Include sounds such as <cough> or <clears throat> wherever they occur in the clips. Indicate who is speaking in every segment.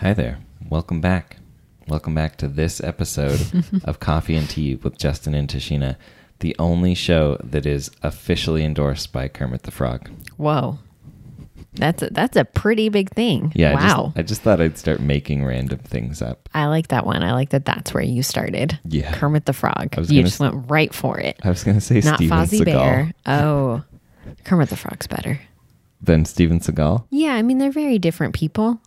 Speaker 1: Hi there. Welcome back. Welcome back to this
Speaker 2: <laughs>
Speaker 1: episode of Coffee and Tea with Justin and Tashina, the only show that is officially endorsed by Kermit the Frog.
Speaker 2: Whoa. That's a, that's a pretty big thing.
Speaker 1: Yeah. I
Speaker 2: Wow.
Speaker 1: just, I just thought I'd start making random things up.
Speaker 2: I like that one. I like that that's where you started.
Speaker 1: Yeah.
Speaker 2: Kermit the Frog.
Speaker 1: I was
Speaker 2: You
Speaker 1: gonna
Speaker 2: just
Speaker 1: s-
Speaker 2: went right for it.
Speaker 1: I was going to say
Speaker 2: Not
Speaker 1: Steven
Speaker 2: Fozzie
Speaker 1: Seagal.
Speaker 2: Bear. Oh, Kermit the Frog's better.
Speaker 1: Then Steven Seagal?
Speaker 2: Yeah, I mean, they're very different people.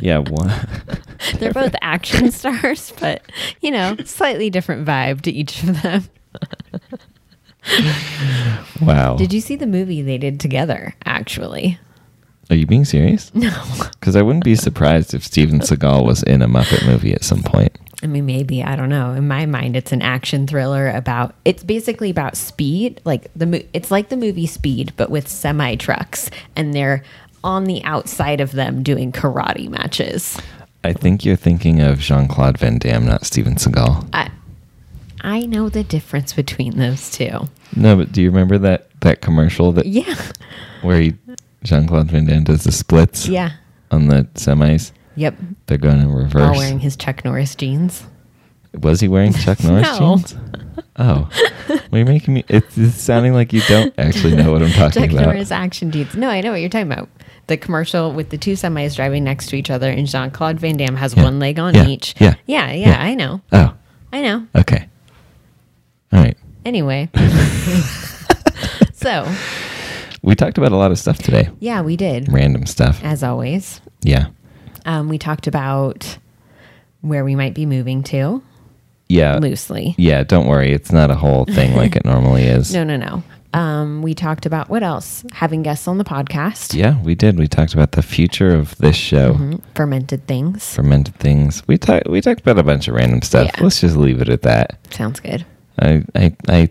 Speaker 1: Yeah. One,
Speaker 2: <laughs> They're both action <laughs> stars, but, you know, slightly different vibe to each of them.
Speaker 1: wow.
Speaker 2: Did you see the movie they did together, actually?
Speaker 1: Are you being serious? No. Because I wouldn't be surprised if Steven Seagal was in a Muppet movie at some point.
Speaker 2: I mean, maybe I don't know. In my mind, it's an action thriller about. It's basically about speed, like the. mo- It's like the movie Speed, but with semi trucks, and they're on the outside of them doing karate matches.
Speaker 1: I think you're thinking of Jean Claude Van Damme, not Steven Seagal.
Speaker 2: I, I know the difference between those two.
Speaker 1: No, but do you remember that that commercial that
Speaker 2: Yeah,
Speaker 1: where he Jean Claude Van Damme does the splits
Speaker 2: yeah,
Speaker 1: on the semis?
Speaker 2: yep.
Speaker 1: They're going in
Speaker 2: All
Speaker 1: reverse.
Speaker 2: wearing his Chuck Norris jeans.
Speaker 1: Was he wearing Chuck Norris
Speaker 2: <laughs> No.
Speaker 1: jeans? Oh, well, you're making me. It's, it's sounding like you don't actually know what I'm talking
Speaker 2: Chuck
Speaker 1: about.
Speaker 2: Norris action jeans. No, I know what you're talking about. The commercial with the two semis driving next to each other, and Jean Claude Van Damme has
Speaker 1: Yeah.
Speaker 2: one leg on
Speaker 1: Yeah.
Speaker 2: each.
Speaker 1: Yeah.
Speaker 2: yeah, yeah.
Speaker 1: Yeah.
Speaker 2: I know.
Speaker 1: Oh,
Speaker 2: I know.
Speaker 1: okay. All right.
Speaker 2: Anyway. so,
Speaker 1: We talked about a lot of stuff today.
Speaker 2: yeah, we did,
Speaker 1: Random stuff.
Speaker 2: as always.
Speaker 1: Yeah.
Speaker 2: Um, we talked about where we might be moving to
Speaker 1: Yeah.
Speaker 2: loosely.
Speaker 1: Yeah, don't worry. It's not a whole thing like it normally is.
Speaker 2: <laughs> No, no, no. Um, we talked about what else? Having guests on the podcast,
Speaker 1: Yeah, we did. We talked about the future of this
Speaker 2: Mm-hmm.
Speaker 1: show,
Speaker 2: fermented things.
Speaker 1: fermented things. We talked. We talked about a bunch of random stuff.
Speaker 2: Yeah.
Speaker 1: Let's just leave it at that.
Speaker 2: Sounds good.
Speaker 1: I, I, I.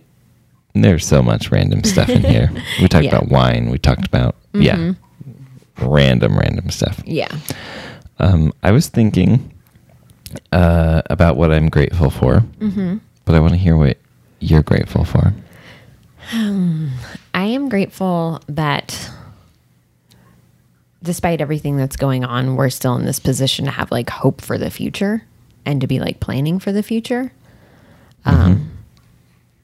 Speaker 1: There's so much random stuff in
Speaker 2: <laughs>
Speaker 1: here. We talked
Speaker 2: Yeah. Mm-hmm.
Speaker 1: about wine. We talked about yeah, random, random stuff.
Speaker 2: Yeah.
Speaker 1: Um, I was thinking uh, about what I'm grateful for,
Speaker 2: Mm-hmm.
Speaker 1: but I want to hear what you're grateful for.
Speaker 2: I am grateful that despite everything that's going on, we're still in this position to have like hope for the future and to be like planning for the future. Um,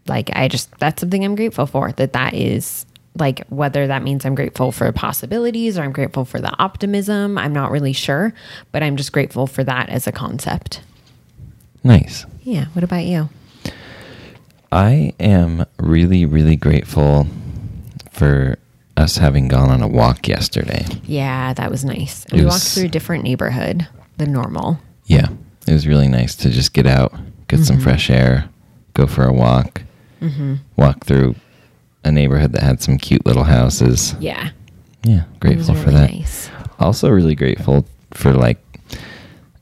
Speaker 2: like I just that's something I'm grateful for that that is like whether that means I'm grateful for possibilities or I'm grateful for the optimism, I'm not really sure, but I'm just grateful for that as a concept.
Speaker 1: Nice.
Speaker 2: Yeah, what about you?
Speaker 1: I am really, really grateful for us having gone on a walk yesterday.
Speaker 2: Yeah, that was nice.
Speaker 1: It
Speaker 2: We walked
Speaker 1: was-
Speaker 2: through a different neighborhood than normal.
Speaker 1: Yeah, it was really nice to just get out, get some fresh air, go for a walk, walk through a neighborhood that had some cute little houses.
Speaker 2: Yeah.
Speaker 1: Yeah,
Speaker 2: It was
Speaker 1: grateful for
Speaker 2: really
Speaker 1: that.
Speaker 2: Nice.
Speaker 1: Also, really grateful for like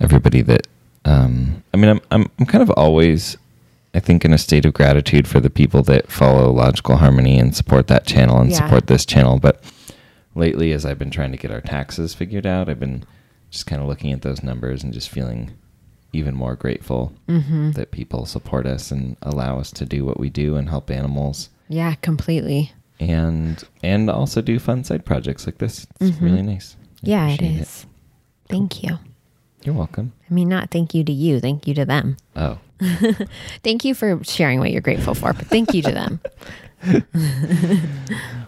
Speaker 1: everybody that. Um, I mean, I'm, I'm I'm kind of always, I think, in a state of gratitude for the people that follow Logical Harmony and support that channel and
Speaker 2: Yeah.
Speaker 1: support this channel. But lately, as I've been trying to get our taxes figured out, I've been just kind of looking at those numbers and just feeling even more grateful
Speaker 2: Mm-hmm.
Speaker 1: that people support us and allow us to do what we do and help animals
Speaker 2: Yeah, completely.
Speaker 1: and and also do fun side projects like this. It's really nice. I
Speaker 2: Mm-hmm. yeah, it
Speaker 1: appreciate
Speaker 2: is. Thank you.
Speaker 1: You're welcome.
Speaker 2: I mean, not thank you to you. Thank you to them.
Speaker 1: Oh,
Speaker 2: Thank you for sharing what you're grateful for, but thank you to them.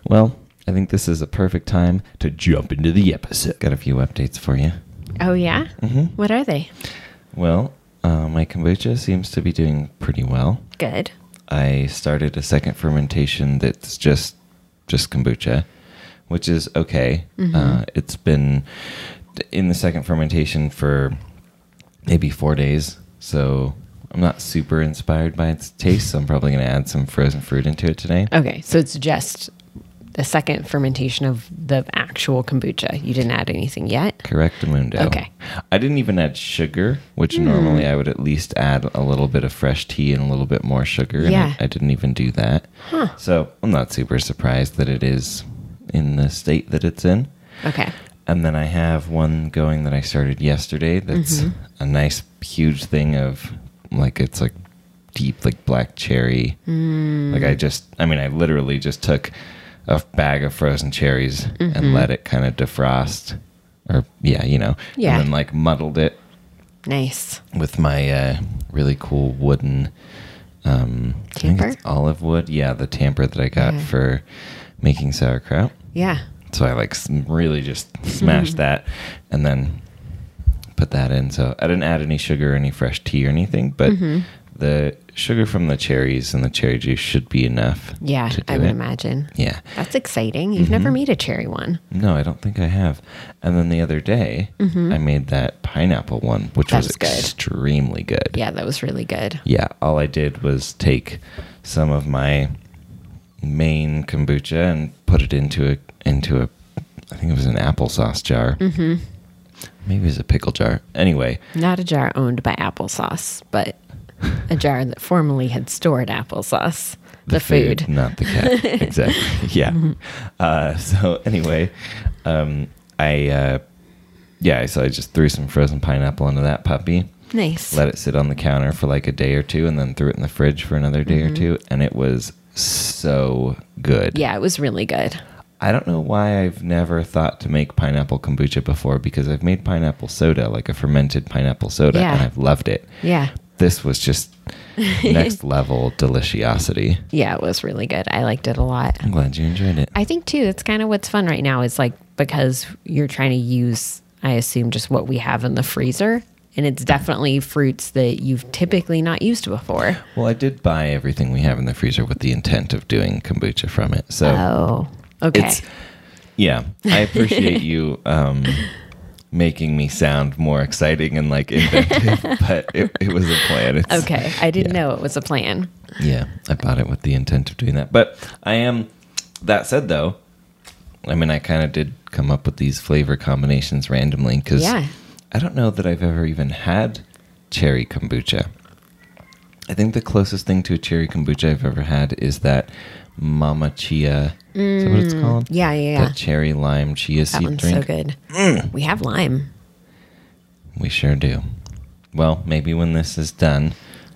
Speaker 1: well, I think this is a perfect time to jump into the episode. Got a few updates for you.
Speaker 2: <laughs> Oh, yeah? What are they?
Speaker 1: Well, uh, my kombucha seems to be doing pretty well.
Speaker 2: Good.
Speaker 1: I started a second fermentation that's just just kombucha, which is okay. Uh, it's been in the second fermentation for maybe four days, so I'm not super inspired by its taste. So I'm probably going to add some frozen fruit into it today.
Speaker 2: Okay, so it's just the second fermentation of the actual kombucha. You didn't add anything yet?
Speaker 1: Correctamundo.
Speaker 2: Okay. Hmm.
Speaker 1: I didn't even add sugar, which normally I would at least add a little bit of fresh tea and a little bit more sugar. and I-
Speaker 2: Yeah.
Speaker 1: I, didn't even do that. So I'm not super surprised that it is in the state that it's in.
Speaker 2: Okay.
Speaker 1: And then I have one going that I started yesterday that's
Speaker 2: Mm-hmm.
Speaker 1: a nice huge thing of like it's like deep like black cherry.
Speaker 2: Mm.
Speaker 1: Like I just I mean I literally
Speaker 2: Mm-hmm.
Speaker 1: just took a bag of frozen cherries and let it kind of defrost or yeah, you know,
Speaker 2: Yeah.
Speaker 1: and then like muddled it
Speaker 2: Nice.
Speaker 1: with my uh, really cool wooden um, I think it's
Speaker 2: Tamper?
Speaker 1: olive wood. Yeah, the tamper that I got
Speaker 2: Yeah.
Speaker 1: for making sauerkraut.
Speaker 2: Yeah.
Speaker 1: So I like sm- really just
Speaker 2: Mm-hmm.
Speaker 1: smashed that and then put that in. So I didn't add any sugar or any fresh tea or anything, but
Speaker 2: Mm-hmm.
Speaker 1: the sugar from the cherries and the cherry juice should be enough.
Speaker 2: Yeah.
Speaker 1: to do
Speaker 2: I would
Speaker 1: it. Mm-hmm.
Speaker 2: imagine.
Speaker 1: Yeah.
Speaker 2: That's exciting. You've never made a cherry one.
Speaker 1: No, I don't think I have. And then the other day, I made that pineapple one, which
Speaker 2: Mm-hmm. That
Speaker 1: was
Speaker 2: was good.
Speaker 1: extremely good.
Speaker 2: Yeah, that was really good.
Speaker 1: Yeah, all I did was take some of my main kombucha and put it into a into a I think it was an applesauce jar. Mm-hmm. Maybe it was a pickle jar. Anyway,
Speaker 2: Not a jar owned by applesauce, but a jar that formerly had stored applesauce. The, food. Mm-hmm.
Speaker 1: not the
Speaker 2: <laughs>
Speaker 1: cat. exactly. <laughs> Yeah. Uh, so anyway, um, I uh, yeah, so I just threw some frozen pineapple into that puppy.
Speaker 2: Nice.
Speaker 1: let it sit on the counter for like a day or two and then threw it in the fridge for another day
Speaker 2: Mm-hmm.
Speaker 1: or two and it was so good.
Speaker 2: yeah, it was really good.
Speaker 1: I don't know why I've never thought to make pineapple kombucha before because I've made pineapple soda, like a fermented pineapple soda,
Speaker 2: Yeah.
Speaker 1: and I've loved it.
Speaker 2: Yeah.
Speaker 1: This was
Speaker 2: <laughs>
Speaker 1: just next level deliciosity.
Speaker 2: Yeah, it was really good. I liked it a lot.
Speaker 1: I'm glad you enjoyed it.
Speaker 2: I think too, that's kind of what's fun right now is like because you're trying to use, I assume, just what we have in the freezer. And it's definitely fruits that you've typically not used before.
Speaker 1: well, I did buy everything we have in the freezer with the intent of doing kombucha from it. So
Speaker 2: Oh, okay.
Speaker 1: It's yeah. I appreciate you um, making me sound more exciting and like inventive,
Speaker 2: <laughs>
Speaker 1: but it, it was a plan. It's,
Speaker 2: okay. I didn't know it was a plan.
Speaker 1: Yeah, I bought it with the intent of doing that. But I am. That said, though, I mean, I kind of did come up with these flavor combinations randomly because
Speaker 2: Yeah.
Speaker 1: I don't know that I've ever even had cherry kombucha. I think the closest thing to a cherry kombucha I've ever had is that Mama Chia. is that what it's called?
Speaker 2: Mm, Yeah, yeah, yeah.
Speaker 1: That cherry lime chia
Speaker 2: That
Speaker 1: seed
Speaker 2: one's
Speaker 1: drink. Mm.
Speaker 2: so good. We have lime.
Speaker 1: We sure do. Well, maybe when this is done,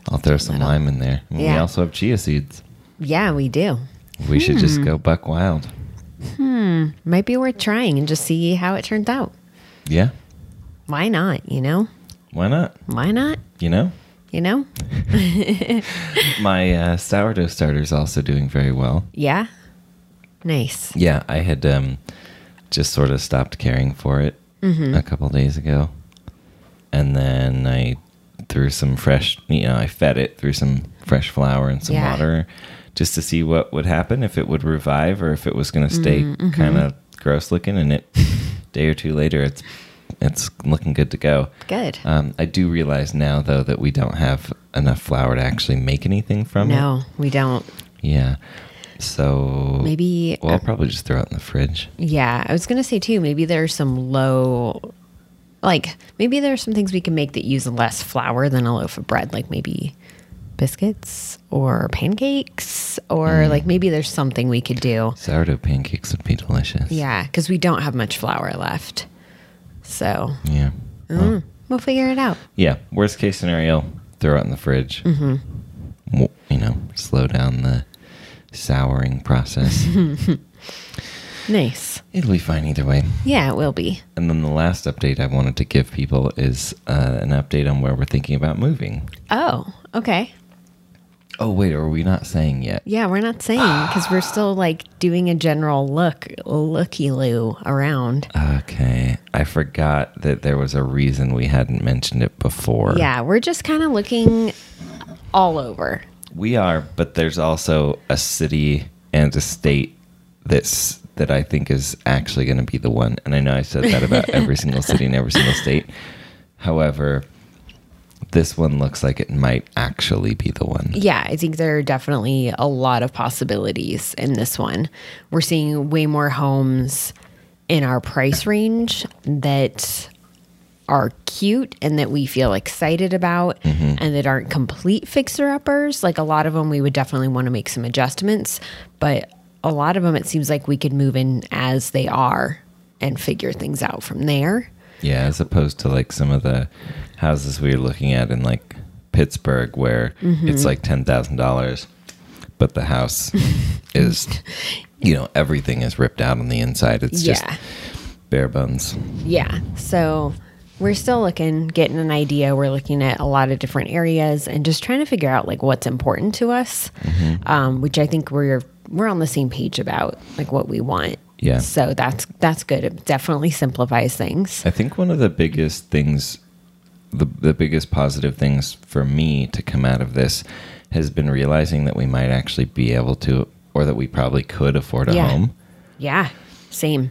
Speaker 1: I'll throw some lime in there. And We
Speaker 2: Yeah.
Speaker 1: also have chia seeds.
Speaker 2: Yeah, we do.
Speaker 1: We should just go buck wild.
Speaker 2: Might be worth trying and just see how it turns out.
Speaker 1: Yeah.
Speaker 2: Why not? You know?
Speaker 1: Why not?
Speaker 2: Why not?
Speaker 1: You know?
Speaker 2: You know?
Speaker 1: My uh, sourdough starter's also doing very well.
Speaker 2: Yeah. Nice.
Speaker 1: Yeah, I had um, just sort of stopped caring for it a couple days ago. And then I threw some fresh, you know, I fed it through some fresh flour and some
Speaker 2: Yeah.
Speaker 1: water just to see what would happen, if it would revive or if it was going to stay kind of gross looking. And it, day or two later, it's it's looking good to go.
Speaker 2: Good.
Speaker 1: Um, I do realize now, though, that we don't have enough flour to actually make anything from it.
Speaker 2: No, we don't.
Speaker 1: Yeah. So
Speaker 2: Maybe uh,
Speaker 1: Well, I'll probably just throw it in the fridge.
Speaker 2: Yeah, I was gonna say too. Maybe there's some low, like maybe there's some things we can make that use less flour than a loaf of bread, like maybe biscuits or pancakes, or like maybe there's something we could do.
Speaker 1: Sourdough pancakes would be delicious.
Speaker 2: Yeah, because we don't have much flour left, so hmm,
Speaker 1: Yeah.
Speaker 2: Mm.
Speaker 1: Well,
Speaker 2: we'll figure it out.
Speaker 1: yeah. Worst case scenario, throw it in the fridge. Mm-hmm. You know, slow down the souring
Speaker 2: <laughs>
Speaker 1: process.
Speaker 2: Nice.
Speaker 1: It'll be fine either way.
Speaker 2: Yeah, it will be.
Speaker 1: And then the last update I wanted to give people is uh, an update on where we're thinking about moving.
Speaker 2: Oh, okay.
Speaker 1: Oh, wait, are we not saying yet?
Speaker 2: Yeah, we're not saying because we're still like doing a general look, looky loo around.
Speaker 1: Okay. I forgot that there was a reason we hadn't mentioned it before.
Speaker 2: Yeah, we're just kind of looking all over.
Speaker 1: We are, but there's also a city and a state that's that I think is actually going to be the one. And I know I said that about every single city and every single state. However, this one looks like it might actually be the one.
Speaker 2: Yeah, I think there are definitely a lot of possibilities in this one. We're seeing way more homes in our price range that are cute and that we feel excited about
Speaker 1: Mm-hmm.
Speaker 2: and that aren't complete fixer uppers. Like a lot of them, we would definitely want to make some adjustments, but a lot of them, it seems like we could move in as they are and figure things out from there.
Speaker 1: Yeah, as opposed to like some of the houses we were looking at in like Pittsburgh where
Speaker 2: Mm-hmm.
Speaker 1: it's like $10,000 but the
Speaker 2: <laughs>
Speaker 1: house is you know everything is ripped out on the inside. It's just
Speaker 2: yeah.
Speaker 1: bare bones.
Speaker 2: Yeah. So we're still looking, getting an idea. We're looking at a lot of different areas and just trying to figure out like what's important to us, um, which I think we're we're on the same page about like what we want.
Speaker 1: Yeah.
Speaker 2: So that's that's good. It definitely simplifies things.
Speaker 1: I think one of the biggest things, the, the biggest positive things for me to come out of this has been realizing that we might actually be able to, or that we probably could afford a
Speaker 2: Yeah.
Speaker 1: home.
Speaker 2: Yeah. Same.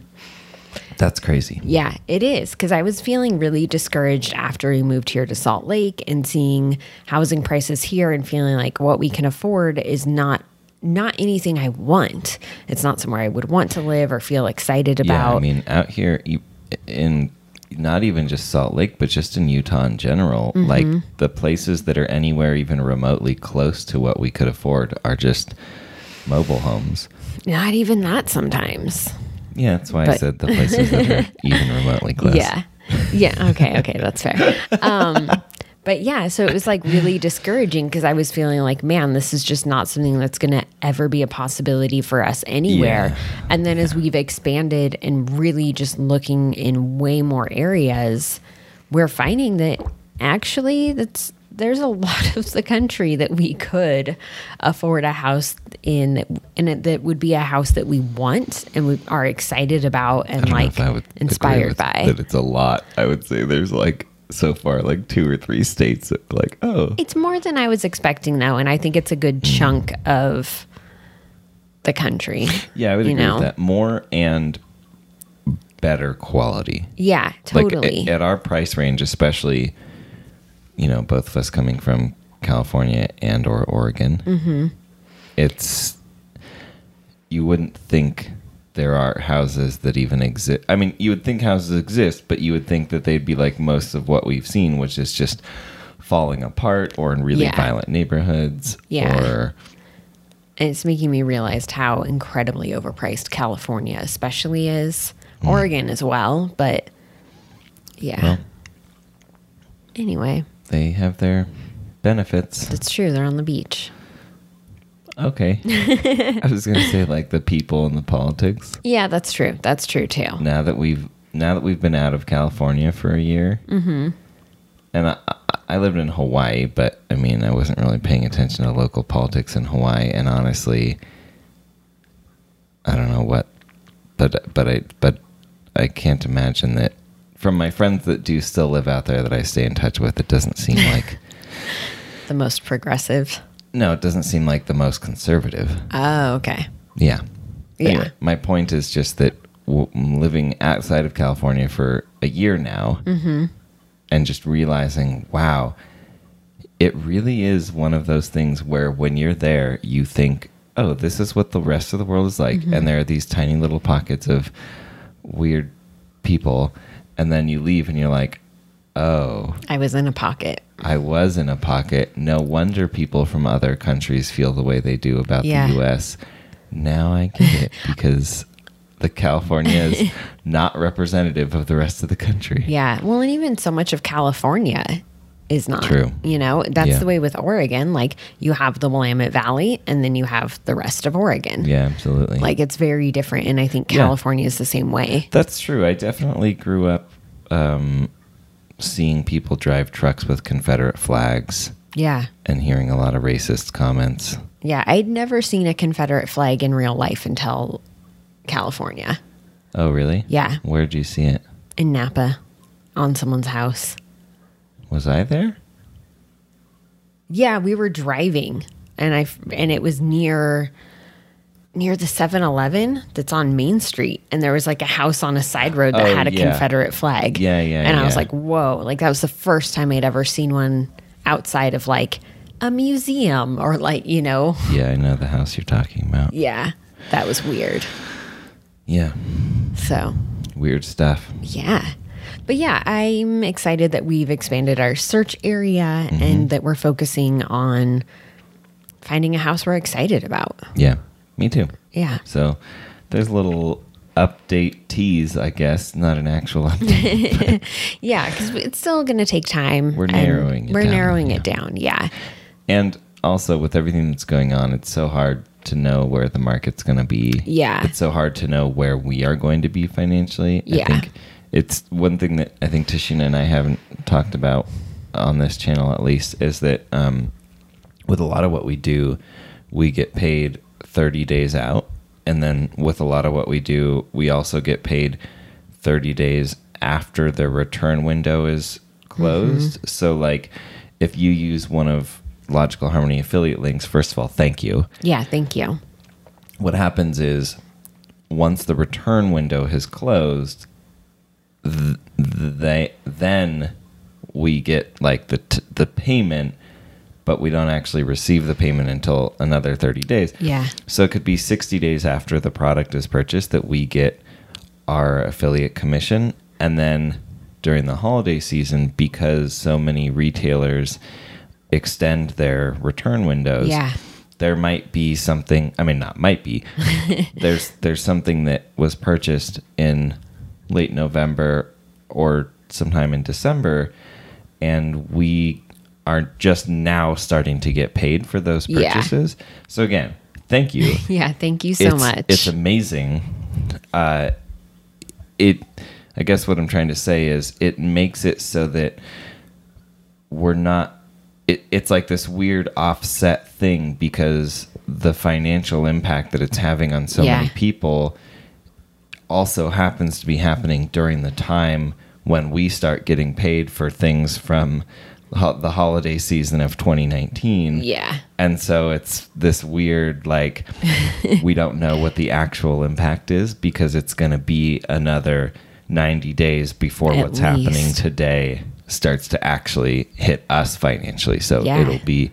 Speaker 1: That's crazy.
Speaker 2: Yeah, it is because I was feeling really discouraged after we moved here to Salt Lake and seeing housing prices here and feeling like what we can afford is not not anything I want. It's not somewhere I would want to live or feel excited about.
Speaker 1: Yeah, I mean, out here you, in not even just Salt Lake, but just in Utah in general,
Speaker 2: Mm-hmm.
Speaker 1: like the places that are anywhere even remotely close to what we could afford are just mobile homes.
Speaker 2: not even that sometimes.
Speaker 1: Yeah, that's why I
Speaker 2: But-
Speaker 1: said the places that
Speaker 2: <laughs>
Speaker 1: are even remotely close.
Speaker 2: Yeah. Yeah. Okay. Okay. That's fair. Um, but yeah, so it was like really discouraging because I was feeling like, man, this is just not something that's going to ever be a possibility for us anywhere.
Speaker 1: Yeah.
Speaker 2: And then as we've expanded and really just looking in way more areas, we're finding that actually that's there's a <laughs> lot of the country that we could afford a house in and it, that would be a house that we want and we are excited about and
Speaker 1: I don't know
Speaker 2: like
Speaker 1: if I would agree
Speaker 2: inspired
Speaker 1: with
Speaker 2: by.
Speaker 1: that. It's a lot. I would say there's like so far like two or three states that like oh
Speaker 2: It's more than I was expecting, though, and I think it's a good chunk of the country.
Speaker 1: yeah I would
Speaker 2: you
Speaker 1: agree
Speaker 2: know?
Speaker 1: with that more and better quality.
Speaker 2: Yeah,
Speaker 1: Like, eh,
Speaker 2: totally.
Speaker 1: at, at our price range, especially, you know, both of us coming from California and or Oregon, mm-hmm. it's you wouldn't think there are houses that even exist. I mean, you would think houses exist, but you would think that they'd be like most of what we've seen, which is just falling apart or in really
Speaker 2: Yeah.
Speaker 1: violent neighborhoods
Speaker 2: Yeah.
Speaker 1: or
Speaker 2: and it's making me realize how incredibly overpriced California, especially, is. Oregon as well, but yeah.
Speaker 1: Mm. well,
Speaker 2: anyway,
Speaker 1: they have their benefits.
Speaker 2: <laughs> that's true. They're on the beach.
Speaker 1: Okay. I was going to say like the people and the politics.
Speaker 2: Yeah, that's true. That's true too.
Speaker 1: now that we've now that we've been out of California for a year, mm-hmm. and I, I- I lived in Hawaii, but I mean, I wasn't really paying attention to local politics in Hawaii, and honestly, I don't know what, but but I but I can't imagine that from my friends that do still live out there that I stay in touch with, it doesn't seem like
Speaker 2: The most progressive.
Speaker 1: no, it doesn't seem like the most conservative.
Speaker 2: Oh, okay.
Speaker 1: Yeah.
Speaker 2: Yeah.
Speaker 1: my point is just that w- I'm living outside of California for a year now and just realizing, wow, it really is one of those things where when you're there, you think, oh, this is what the rest of the world is like. And there are these tiny little pockets of weird people. And then you leave and you're like, oh,
Speaker 2: I was in a pocket.
Speaker 1: I was in a pocket. No wonder people from other countries feel the way they do about
Speaker 2: Yeah.
Speaker 1: the US. Now I get
Speaker 2: <laughs>
Speaker 1: it because the California is not representative of the rest of the country.
Speaker 2: Yeah. Well, and even so much of California is not.
Speaker 1: True.
Speaker 2: You know, that's
Speaker 1: Yeah.
Speaker 2: the way with Oregon. Like you have the Willamette Valley and then you have the rest of Oregon.
Speaker 1: Yeah, absolutely.
Speaker 2: Like it's very different. And I think
Speaker 1: Yeah.
Speaker 2: California is the same way.
Speaker 1: That's true. I definitely grew up um, seeing people drive trucks with Confederate flags
Speaker 2: Yeah.
Speaker 1: and hearing a lot of racist comments.
Speaker 2: Yeah. I'd never seen a Confederate flag in real life until California
Speaker 1: Oh, really?
Speaker 2: Yeah.
Speaker 1: Where'd you see it?
Speaker 2: in Napa on someone's house.
Speaker 1: Was I there?
Speaker 2: Yeah, we were driving, and I f- and it was near near the 7-Eleven that's on Main Street, and there was like a house on a side road that
Speaker 1: Oh,
Speaker 2: had a
Speaker 1: yeah.
Speaker 2: Confederate flag.
Speaker 1: Yeah, yeah,
Speaker 2: And I was
Speaker 1: yeah.
Speaker 2: like, whoa! Like that was the first time I'd ever seen one outside of like a museum or like you know,
Speaker 1: Yeah, I know the house you're talking about.
Speaker 2: yeah, that was weird.
Speaker 1: Yeah.
Speaker 2: So
Speaker 1: Weird stuff.
Speaker 2: Yeah. But yeah, I'm excited that we've expanded our search area
Speaker 1: Mm-hmm.
Speaker 2: and that we're focusing on finding a house we're excited about.
Speaker 1: Yeah. Me too.
Speaker 2: Yeah.
Speaker 1: So there's a little update tease, I guess. Not an actual update.
Speaker 2: Yeah, because it's still going to take time.
Speaker 1: We're
Speaker 2: and
Speaker 1: narrowing it
Speaker 2: We're
Speaker 1: down,
Speaker 2: narrowing
Speaker 1: yeah.
Speaker 2: it down. Yeah.
Speaker 1: and also with everything that's going on, it's so hard to know where the market's going to be.
Speaker 2: Yeah.
Speaker 1: It's so hard to know where we are going to be financially.
Speaker 2: Yeah.
Speaker 1: I think it's one thing that I think Tishina and I haven't talked about on this channel, at least, is that um, with a lot of what we do, we get paid 30 days out. And then with a lot of what we do, we also get paid 30 days after the return window is closed. So, like, if you use one of Logical Harmony affiliate links, first of all, thank you.
Speaker 2: Yeah, thank you.
Speaker 1: What happens is once the return window has closed, th- they then we get like the t- the payment, but we don't actually receive the payment until another thirty days.
Speaker 2: Yeah.
Speaker 1: So it could be sixty days after the product is purchased that we get our affiliate commission, and then during the holiday season, because so many retailers extend their return windows,
Speaker 2: Yeah.
Speaker 1: there might be something. I mean, not might
Speaker 2: <laughs>
Speaker 1: be. there's there's something that was purchased in late November or sometime in December, and we are just now starting to get paid for those
Speaker 2: Yeah.
Speaker 1: purchases. So again, thank you
Speaker 2: Yeah, thank you so
Speaker 1: it's,
Speaker 2: much.
Speaker 1: It's amazing. Uh, it, I guess, what I'm trying to say is, it makes it so that we're not. It, it's like this weird offset thing because the financial impact that it's having on so many
Speaker 2: Yeah.
Speaker 1: people also happens to be happening during the time when we start getting paid for things from ho- the holiday season of 2019.
Speaker 2: yeah.
Speaker 1: And so it's this weird,
Speaker 2: <laughs>
Speaker 1: like, we don't know what the actual impact is because it's going to be another 90 days before
Speaker 2: At
Speaker 1: what's happening
Speaker 2: least.
Speaker 1: today starts to actually hit us financially. So
Speaker 2: Yeah.
Speaker 1: it'll be.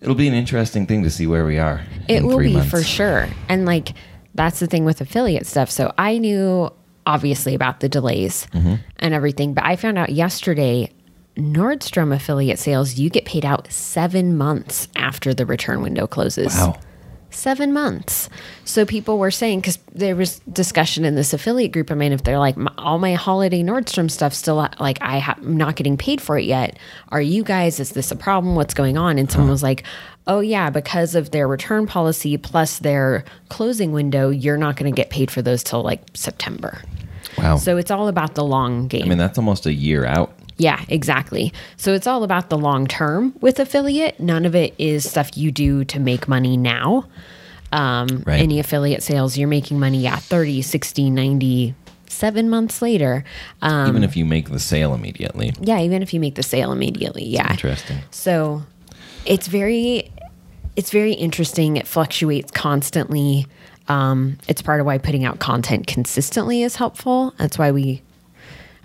Speaker 1: It'll be an interesting thing to see where we are.
Speaker 2: It
Speaker 1: in
Speaker 2: will
Speaker 1: three
Speaker 2: be
Speaker 1: months.
Speaker 2: for sure. And like that's the thing with affiliate stuff. So I knew obviously about the delays
Speaker 1: Mm-hmm.
Speaker 2: and everything, but I found out yesterday Nordstrom affiliate sales, you get paid out seven months after the return window closes.
Speaker 1: Wow.
Speaker 2: Seven months. So people were saying, because there was discussion in this affiliate group. I mean, if they're like, "My- all my holiday Nordstrom stuff still, uh, like, I ha- I'm not getting paid for it yet. Are you guys, is this a problem? What's going on? And someone was like, oh, yeah, because of their return policy plus their closing window, you're not going to get paid for those till like September.
Speaker 1: Wow.
Speaker 2: So it's all about the long game.
Speaker 1: I mean, that's almost a year out.
Speaker 2: Yeah, exactly. So it's all about the long term with affiliate. None of it is stuff you do to make money now. Um,
Speaker 1: Right.
Speaker 2: Any affiliate sales, you're making money, yeah, 30, 60, 90, seven months later. Um,
Speaker 1: Even if you make the sale immediately.
Speaker 2: yeah, even if you make the sale immediately. Yeah.
Speaker 1: Interesting.
Speaker 2: So it's very it's very interesting. It fluctuates constantly. Um, it's part of why putting out content consistently is helpful. That's why we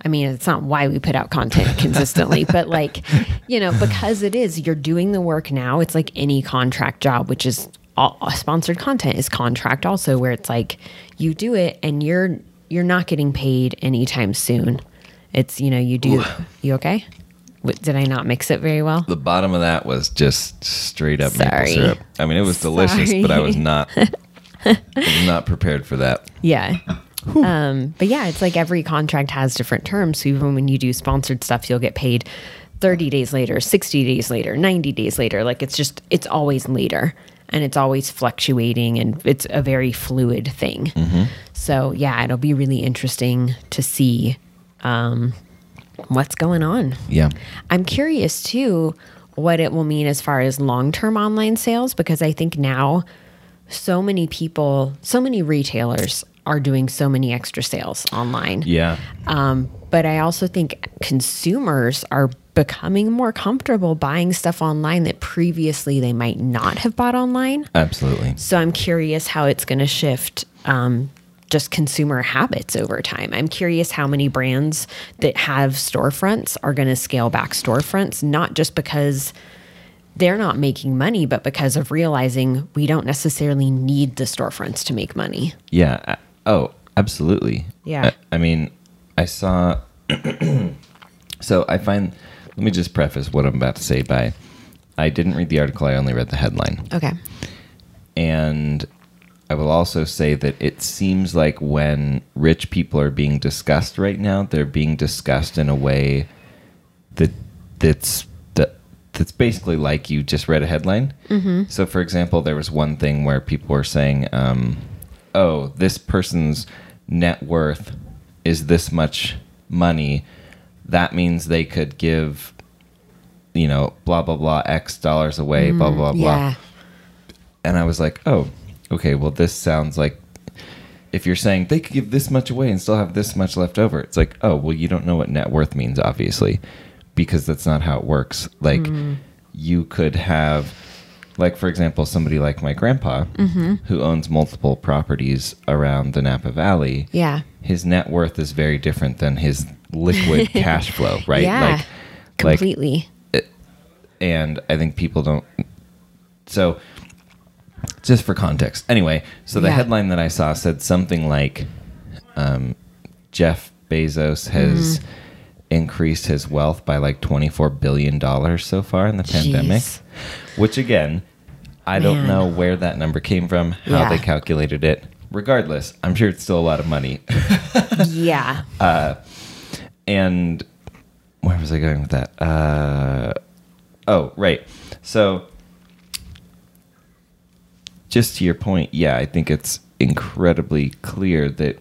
Speaker 2: I mean, it's not why we put out content consistently, but like, you know, because it is, you're doing the work now. It's like any contract job, which is all, uh, sponsored content is contract also, where it's like you do it and you're you're not getting paid anytime soon. It's you know you do you okay? Wait, Did I not mix it very well?
Speaker 1: The bottom of that was just straight up
Speaker 2: Sorry.
Speaker 1: maple syrup. I mean, it was delicious, but I was not not prepared for that.
Speaker 2: Yeah. Um, but yeah, it's like every contract has different terms. So even when you do sponsored stuff, you'll get paid 30 days later, 60 days later, 90 days later. Like it's just, it's always later and it's always fluctuating and it's a very fluid thing. So yeah, it'll be really interesting to see um, what's going on.
Speaker 1: Yeah.
Speaker 2: I'm curious too what it will mean as far as long term online sales because I think now so many people, so many retailers are doing so many extra sales online.
Speaker 1: Yeah.
Speaker 2: Um, but I also think consumers are becoming more comfortable buying stuff online that previously they might not have bought online.
Speaker 1: Absolutely.
Speaker 2: So I'm curious how it's going to shift um, just consumer habits over time. I'm curious how many brands that have storefronts are going to scale back storefronts, not just because they're not making money, but because of realizing we don't necessarily need the storefronts to make money.
Speaker 1: Yeah. I- Oh, absolutely.
Speaker 2: Yeah.
Speaker 1: I, I mean, I saw. <clears throat> so I find. Let me just preface what I'm about to say by I didn't read the article, I only read the headline.
Speaker 2: Okay.
Speaker 1: And I will also say that it seems like when rich people are being discussed right now, they're being discussed in a way that that's that that's basically like you just read a headline. Mm-hmm. So, for example, there was one thing where people were saying, um, "Oh, this person's net worth is this much money. That means they could give, you know, blah blah blah x dollars away, blah blah blah."
Speaker 2: yeah.
Speaker 1: and I was like, oh, okay, well, this sounds like if you're saying they could give this much away and still have this much left over, it's like, oh, well, you don't know what net worth means, obviously, because that's not how it works. Like,
Speaker 2: Mm-hmm.
Speaker 1: you could have, like, for example, somebody like my grandpa
Speaker 2: Mm-hmm.
Speaker 1: who owns multiple properties around the Napa Valley.
Speaker 2: Yeah.
Speaker 1: His net worth is very different than his
Speaker 2: <laughs>
Speaker 1: liquid cash flow, right?
Speaker 2: Yeah.
Speaker 1: like
Speaker 2: Completely.
Speaker 1: and I think people don't. So, just for context, anyway, so the
Speaker 2: Yeah.
Speaker 1: headline that I saw said something like, um, "Jeff Bezos has
Speaker 2: Mm-hmm.
Speaker 1: increased his wealth by like twenty-four billion dollars so far in the pandemic,"
Speaker 2: Jeez.
Speaker 1: which again, I don't
Speaker 2: Man.
Speaker 1: know where that number came from, how
Speaker 2: Yeah.
Speaker 1: they calculated it. Regardless, I'm sure it's still a lot of money.
Speaker 2: yeah.
Speaker 1: <laughs> and where was I going with that? Uh, oh, right. So, just to your point, yeah, I think it's incredibly clear that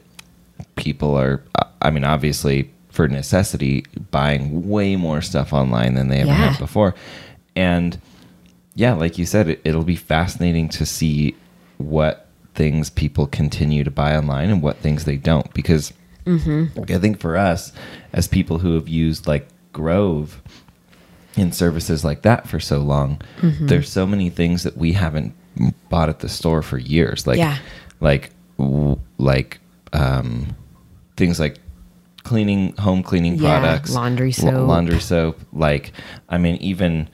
Speaker 1: people are, I- I mean, obviously for necessity, buying way more stuff online than they ever
Speaker 2: Yeah.
Speaker 1: have before. And yeah, like you said, it, it'll be fascinating to see what things people continue to buy online and what things they don't. Because I think for us, as people who have used like Grove and services like that for so long,
Speaker 2: Mm-hmm.
Speaker 1: there's so many things that we haven't bought at the store for years. Like,
Speaker 2: Yeah.
Speaker 1: like, w- like, um, things like cleaning, home cleaning
Speaker 2: Yeah,
Speaker 1: products,
Speaker 2: laundry
Speaker 1: la-
Speaker 2: soap.
Speaker 1: laundry soap. Like, I mean, even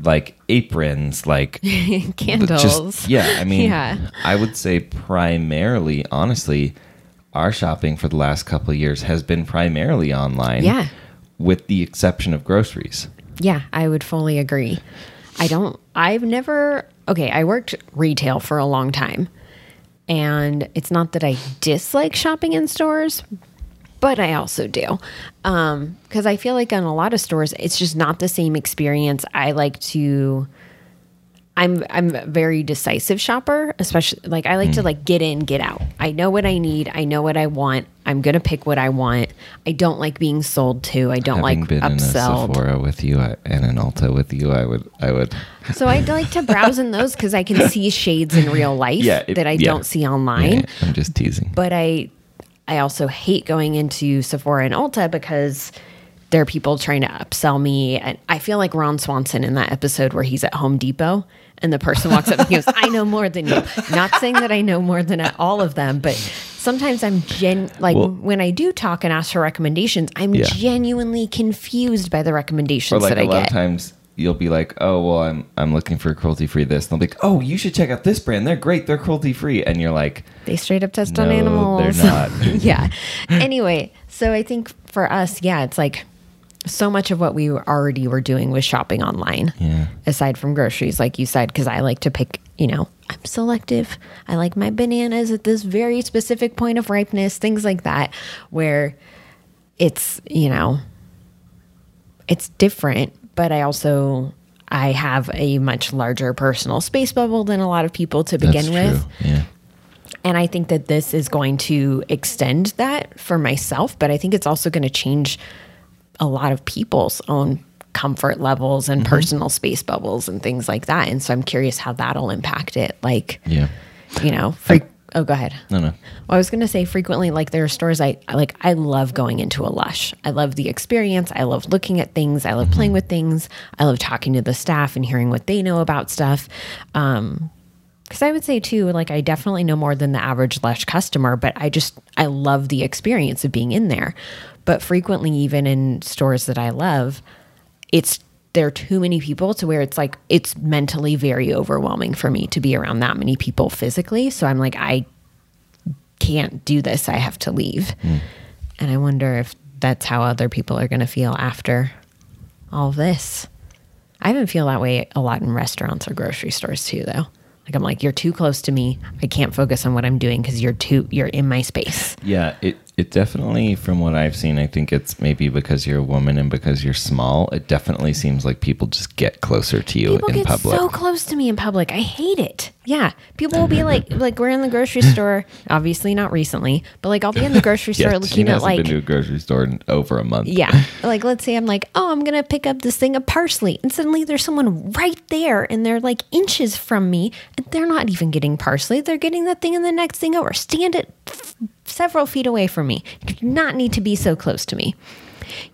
Speaker 1: like aprons,
Speaker 2: <laughs>
Speaker 1: like but
Speaker 2: Candles.
Speaker 1: Just, yeah, I mean,
Speaker 2: Yeah.
Speaker 1: I would say primarily, honestly, our shopping for the last couple of years has been primarily online.
Speaker 2: Yeah.
Speaker 1: With the exception of groceries.
Speaker 2: Yeah, I would fully agree. I don't, I've never, okay, I worked retail for a long time. And it's not that I dislike shopping in stores, but I also do. Because I feel like on a lot of stores, it's just not the same experience. I like to. I'm I'm a very decisive shopper, especially like I
Speaker 1: Hmm.
Speaker 2: like to like get in, get out. I know what I need, I know what I want. I'm gonna pick what I want. I don't like being sold to. I don't
Speaker 1: Having
Speaker 2: like
Speaker 1: been in a
Speaker 2: upselled.
Speaker 1: Sephora with you I- and an Ulta with you, I would, I would.
Speaker 2: So I like to browse in those because
Speaker 1: <laughs>
Speaker 2: I can see shades in real life
Speaker 1: Yeah, it-
Speaker 2: that I
Speaker 1: yeah.
Speaker 2: don't see online.
Speaker 1: Yeah, I'm just teasing.
Speaker 2: But I, I also hate going into Sephora and Ulta because there are people trying to upsell me, and I feel like Ron Swanson in that episode where he's at Home Depot and the person walks up and he goes, "I know more than you." Not saying that I know more than all of them, but sometimes I'm gen like
Speaker 1: Well-
Speaker 2: when I do talk and ask for recommendations, I'm
Speaker 1: Yeah.
Speaker 2: genuinely confused by the
Speaker 1: or
Speaker 2: recommendations
Speaker 1: like
Speaker 2: that
Speaker 1: a
Speaker 2: I
Speaker 1: lot
Speaker 2: get.
Speaker 1: of times you'll be like, oh well, I'm I'm looking for cruelty free this, and they'll be like, oh, you should check out this brand. They're great. They're cruelty free, and you're like,
Speaker 2: They straight up test
Speaker 1: no,
Speaker 2: on animals.
Speaker 1: they're not.
Speaker 2: <laughs> yeah. Anyway, so I think for us, yeah, it's like so much of what we already were doing was shopping online.
Speaker 1: Yeah.
Speaker 2: Aside from groceries, like you said, because I like to pick, you know, I'm selective. I like my bananas at this very specific point of ripeness, things like that, where it's, you know, it's different, but I also. I have a much larger personal space bubble than a lot of people to
Speaker 1: That's
Speaker 2: begin with.
Speaker 1: true. Yeah.
Speaker 2: And I think that this is going to extend that for myself, but I think it's also going to change a lot of people's own comfort levels and
Speaker 1: Mm-hmm.
Speaker 2: personal space bubbles and things like that. And so I'm curious how that'll impact it. Like,
Speaker 1: Yeah.
Speaker 2: you know, freak. Oh, go ahead.
Speaker 1: No, no.
Speaker 2: Well, I was going to say frequently, like there are stores I I- like. I love going into a Lush. I love the experience. I love looking at things. I love
Speaker 1: Mm-hmm.
Speaker 2: playing with things. I love talking to the staff and hearing what they know about stuff. Um, because I would say too, like I definitely know more than the average Lush customer, but I just I love the experience of being in there. But frequently, even in stores that I love, it's there are too many people to where it's like it's mentally very overwhelming for me to be around that many people physically. So I'm like I can't do this. I have to leave. And I wonder if that's how other people are going to feel after all this. I even feel that way a lot in restaurants or grocery stores too, though. Like I'm like, you're too close to me. I can't focus on what I'm doing because you're too you're in my space.
Speaker 1: Yeah, it it definitely, from what I've seen, I think it's maybe because you're a woman and because you're small. It definitely seems like people just get closer to you
Speaker 2: People
Speaker 1: in
Speaker 2: get
Speaker 1: public.
Speaker 2: so close to me in public. I hate it. Yeah. People will be like, like we're in
Speaker 1: <laughs>
Speaker 2: the grocery store. Obviously, not recently, but like I'll be in the grocery
Speaker 1: yeah,
Speaker 2: store
Speaker 1: she
Speaker 2: looking at
Speaker 1: hasn't been
Speaker 2: like,
Speaker 1: to a grocery store in over a month.
Speaker 2: yeah. Like, let's say I'm like, oh, I'm going to pick up this thing of parsley. And suddenly there's someone right there and they're like inches from me and they're not even getting parsley. They're getting the thing in the next thing over. Stand it f- several feet away from me. You do not need to be so close to me.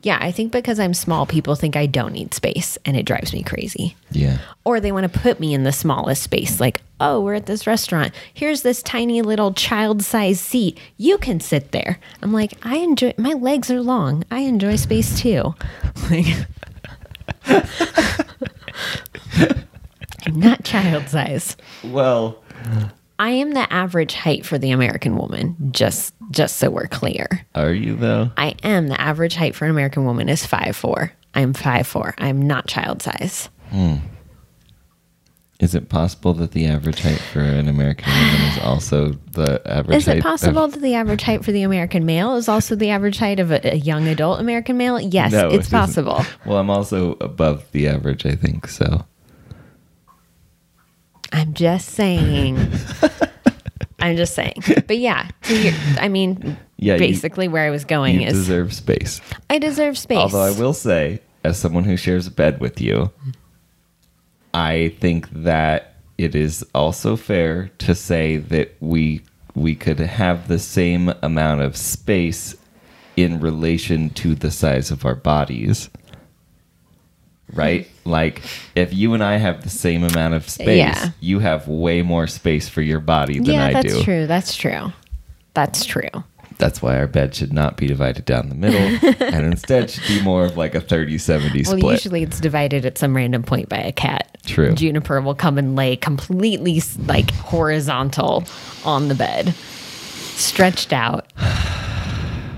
Speaker 2: Yeah. I think because I'm small, people think I don't need space and it drives me crazy
Speaker 1: Yeah.
Speaker 2: or they want to put me in the smallest space like oh we're at this restaurant here's this tiny little child-sized seat you can sit there i'm like i enjoy my legs are long i enjoy space too <laughs> like i'm not child-sized
Speaker 1: Well,
Speaker 2: i am the average height for the american woman just just so we're clear
Speaker 1: are you though?
Speaker 2: i am the average height for an american woman is 5'4 i'm 5'4 i'm not child-sized
Speaker 1: Is it possible that the average height for an American woman is also the average
Speaker 2: Is
Speaker 1: height?
Speaker 2: it
Speaker 1: of-
Speaker 2: possible that the average height for the American male is also the average height of a, a young adult American male? Yes,
Speaker 1: No, it
Speaker 2: it's
Speaker 1: isn't.
Speaker 2: possible.
Speaker 1: Well, I'm also above the average, I think. So
Speaker 2: I'm
Speaker 1: <laughs>
Speaker 2: just saying. I'm just saying. But yeah, to your, I mean,
Speaker 1: Yeah, you-
Speaker 2: basically where I was going
Speaker 1: you
Speaker 2: is
Speaker 1: deserve space.
Speaker 2: I deserve space.
Speaker 1: Although I will say, as someone who shares a bed with you, I think that it is also fair to say that we we could have the same amount of space in relation to the size of our bodies.
Speaker 2: <laughs>
Speaker 1: Right? Like if you and I have the same amount of space,
Speaker 2: Yeah.
Speaker 1: you have way more space for your body than
Speaker 2: yeah,
Speaker 1: I
Speaker 2: that's
Speaker 1: do.
Speaker 2: true. That's true. That's true.
Speaker 1: That's why our bed should not be divided down the
Speaker 2: <laughs>
Speaker 1: middle and instead should be more of like a 30-70
Speaker 2: Well,
Speaker 1: split.
Speaker 2: usually it's divided at some random point by a cat.
Speaker 1: True.
Speaker 2: Juniper will come and lay completely like horizontal on the bed, stretched out. <sighs>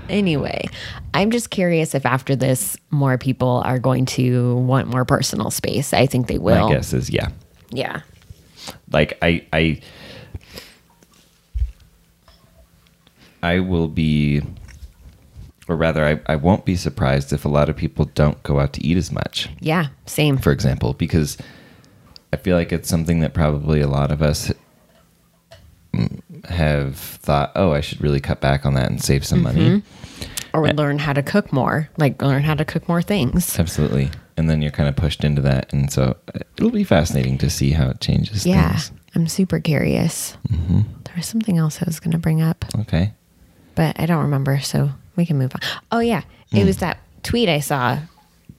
Speaker 2: Anyway, I'm just curious if after this, more people are going to want more personal space. I think they will.
Speaker 1: My guess is yeah.
Speaker 2: Yeah.
Speaker 1: Like I I I will be or rather I, I won't be surprised if a lot of people don't go out to eat as much,
Speaker 2: Yeah. Same.
Speaker 1: for example, because I feel like it's something that probably a lot of us mm, have thought, oh, I should really cut back on that and save some money.
Speaker 2: or
Speaker 1: uh,
Speaker 2: learn how to cook more, like learn how to cook more things.
Speaker 1: Absolutely. And then you're kind of pushed into that. And so uh, it'll be fascinating to see how it changes
Speaker 2: Yeah.
Speaker 1: things. Mm-hmm.
Speaker 2: I'm super curious. There was something else I was going to bring up.
Speaker 1: Okay.
Speaker 2: but I don't remember, so we can move on. Oh yeah, it
Speaker 1: Hmm.
Speaker 2: was that tweet I saw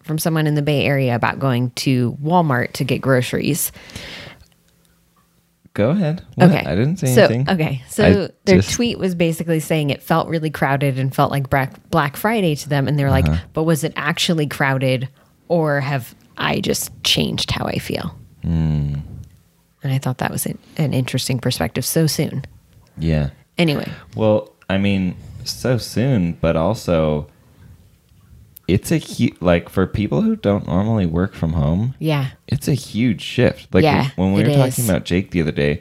Speaker 2: from someone in the Bay Area about going to Walmart to get groceries.
Speaker 1: Go ahead. What?
Speaker 2: Okay,
Speaker 1: I didn't say
Speaker 2: so,
Speaker 1: anything.
Speaker 2: Okay, so
Speaker 1: I
Speaker 2: their
Speaker 1: just-
Speaker 2: tweet was basically saying it felt really crowded and felt like Bra- Black Friday to them, and they were
Speaker 1: Uh-huh.
Speaker 2: like, "But was it actually crowded, or have I just changed how I feel?"
Speaker 1: Hmm.
Speaker 2: And I thought that was an, an interesting perspective so soon.
Speaker 1: Yeah.
Speaker 2: Anyway,
Speaker 1: Well, I mean, so soon, but also it's a huge like for people who don't normally work from home.
Speaker 2: yeah,
Speaker 1: It's a huge shift. Like
Speaker 2: Yeah,
Speaker 1: when we
Speaker 2: it
Speaker 1: were talking
Speaker 2: is.
Speaker 1: about Jake the other day,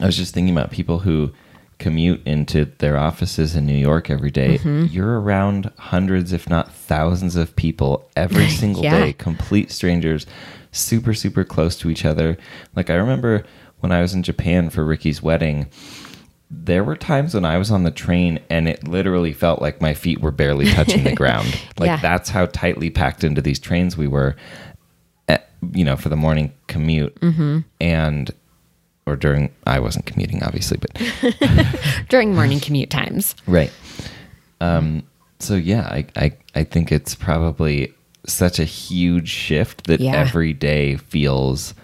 Speaker 1: I was just thinking about people who commute into their offices in New York every day.
Speaker 2: Mm-hmm.
Speaker 1: You're around hundreds, if not thousands, of people
Speaker 2: <laughs>
Speaker 1: every single
Speaker 2: Yeah.
Speaker 1: day, complete strangers, super, super close to each other. Like I remember when I was in Japan for Ricky's wedding. There were times when I was on the train and it literally felt like my feet were barely touching
Speaker 2: <laughs>
Speaker 1: the ground. Like
Speaker 2: Yeah.
Speaker 1: that's how tightly packed into these trains we were eh, you know, for the morning commute
Speaker 2: Mm-hmm.
Speaker 1: and or during I wasn't commuting obviously, but
Speaker 2: <laughs>
Speaker 1: <sighs>
Speaker 2: during morning commute times.
Speaker 1: right. Um so yeah, I I I think it's probably such a huge shift that
Speaker 2: Yeah.
Speaker 1: every day feels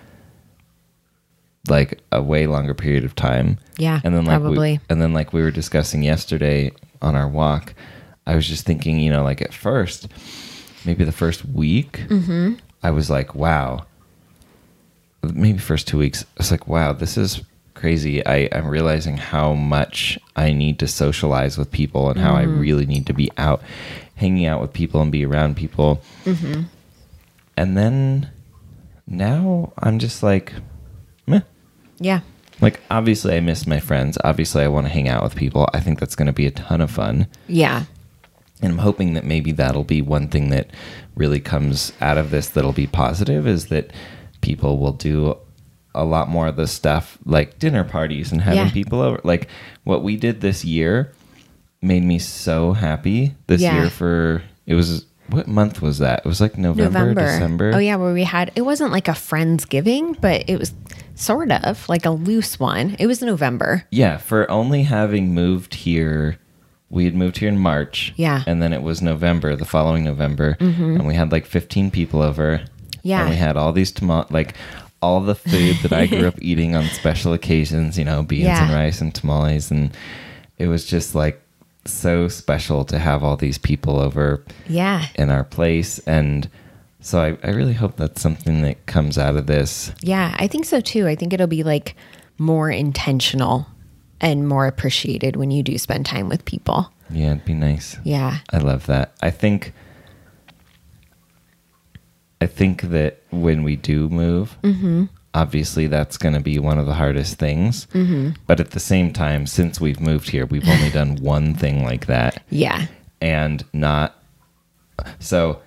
Speaker 1: like a way longer period of time.
Speaker 2: Yeah,
Speaker 1: And then like We,
Speaker 2: probably.
Speaker 1: and then like we were discussing yesterday on our walk, I was just thinking, you know, like at first, maybe the first week,
Speaker 2: Mm-hmm.
Speaker 1: I was like, wow. Maybe first two weeks, I was like, wow, this is crazy. I, I'm realizing how much I need to socialize with people and how I
Speaker 2: Mm-hmm.
Speaker 1: really need to be out hanging out with people and be around people.
Speaker 2: Mm-hmm.
Speaker 1: And then now I'm just like, meh.
Speaker 2: Yeah,
Speaker 1: Like, obviously, I miss my friends. Obviously, I want to hang out with people. I think that's going to be a ton of fun.
Speaker 2: Yeah.
Speaker 1: And I'm hoping that maybe that'll be one thing that really comes out of this that'll be positive is that people will do a lot more of the stuff like dinner parties and having
Speaker 2: Yeah.
Speaker 1: people over. Like, what we did this year made me so happy this
Speaker 2: Yeah.
Speaker 1: year for it was what month was that? It was like November, December.
Speaker 2: Oh yeah, where we had it wasn't like a friendsgiving, but it was sort of like a loose one. It was November.
Speaker 1: Yeah, for only having moved here, we had moved here in March.
Speaker 2: Yeah. Mm-hmm.
Speaker 1: And then it was November, the following November. And we had like 15 people over.
Speaker 2: Yeah.
Speaker 1: And we had all these, tomo- like, all the food that I
Speaker 2: <laughs>
Speaker 1: grew up eating on special occasions, you know, beans and
Speaker 2: Yeah.
Speaker 1: rice and tamales. And it was just like so special to have all these people over
Speaker 2: Yeah.
Speaker 1: in our place. And so I, I really hope that's something that comes out of this.
Speaker 2: Yeah, I think so too. I think it'll be like more intentional and more appreciated when you do spend time with people.
Speaker 1: Yeah, it'd be nice.
Speaker 2: Yeah.
Speaker 1: I love that. I think I think that when we do move,
Speaker 2: Mm-hmm.
Speaker 1: obviously that's going to be one of the hardest things.
Speaker 2: Mm-hmm.
Speaker 1: But at the same time, since we've moved here, we've
Speaker 2: <laughs>
Speaker 1: only done one thing like that
Speaker 2: Yeah.
Speaker 1: and not so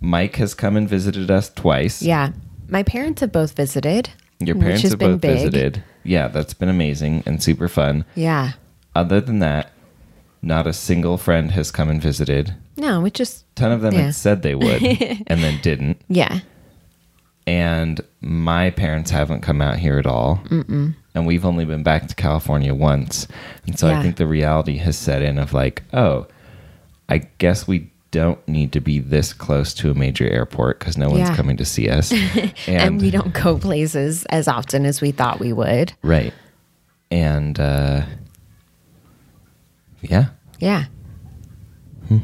Speaker 1: Mike has come and visited us twice.
Speaker 2: Yeah. My parents have both visited.
Speaker 1: Your
Speaker 2: which
Speaker 1: parents
Speaker 2: has
Speaker 1: have
Speaker 2: been
Speaker 1: both
Speaker 2: big.
Speaker 1: visited. Yeah, that's been amazing and super fun.
Speaker 2: Yeah.
Speaker 1: Other than that, not a single friend has come and visited.
Speaker 2: No, it just
Speaker 1: ton of them
Speaker 2: Yeah.
Speaker 1: had said they
Speaker 2: <laughs>
Speaker 1: would and then didn't
Speaker 2: yeah.
Speaker 1: and my parents haven't come out here at all Mm-mm. and we've only been back to california once and so
Speaker 2: Yeah.
Speaker 1: i think the reality has set in of like oh i guess we don't need to be this close to a major airport because no one's
Speaker 2: Yeah.
Speaker 1: coming to see us and,
Speaker 2: <laughs> And, we don't go places as often as we thought we would.
Speaker 1: right and uh yeah
Speaker 2: Yeah.
Speaker 1: Hmm.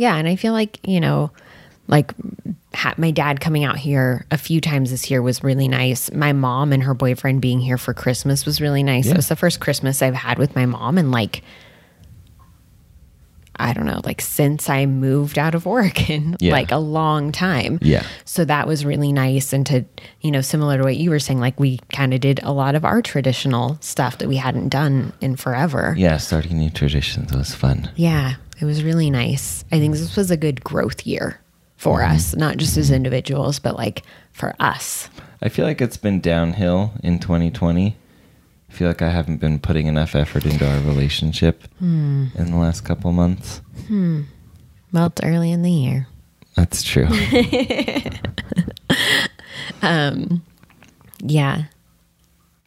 Speaker 2: Yeah. And I feel like, you know, like ha- my dad coming out here a few times this year was really nice. My mom and her boyfriend being here for Christmas was really nice.
Speaker 1: Yeah.
Speaker 2: It was the first Christmas I've had with my mom. And like, I don't know, like since I moved out of <laughs> Oregon,
Speaker 1: Yeah.
Speaker 2: like a long time.
Speaker 1: Yeah.
Speaker 2: So that was really nice. And to, you know, similar to what you were saying, like we kind of did a lot of our traditional stuff that we hadn't done in forever.
Speaker 1: yeah starting new traditions was fun
Speaker 2: Yeah, it was really nice. I think this was a good growth year for us, not just as individuals, but like for us.
Speaker 1: I feel like it's been downhill in 2020. I feel like I haven't been putting enough effort into our relationship
Speaker 2: Hmm.
Speaker 1: in the last couple months.
Speaker 2: Well, it's early in the year.
Speaker 1: That's
Speaker 2: <laughs>
Speaker 1: true.
Speaker 2: Yeah.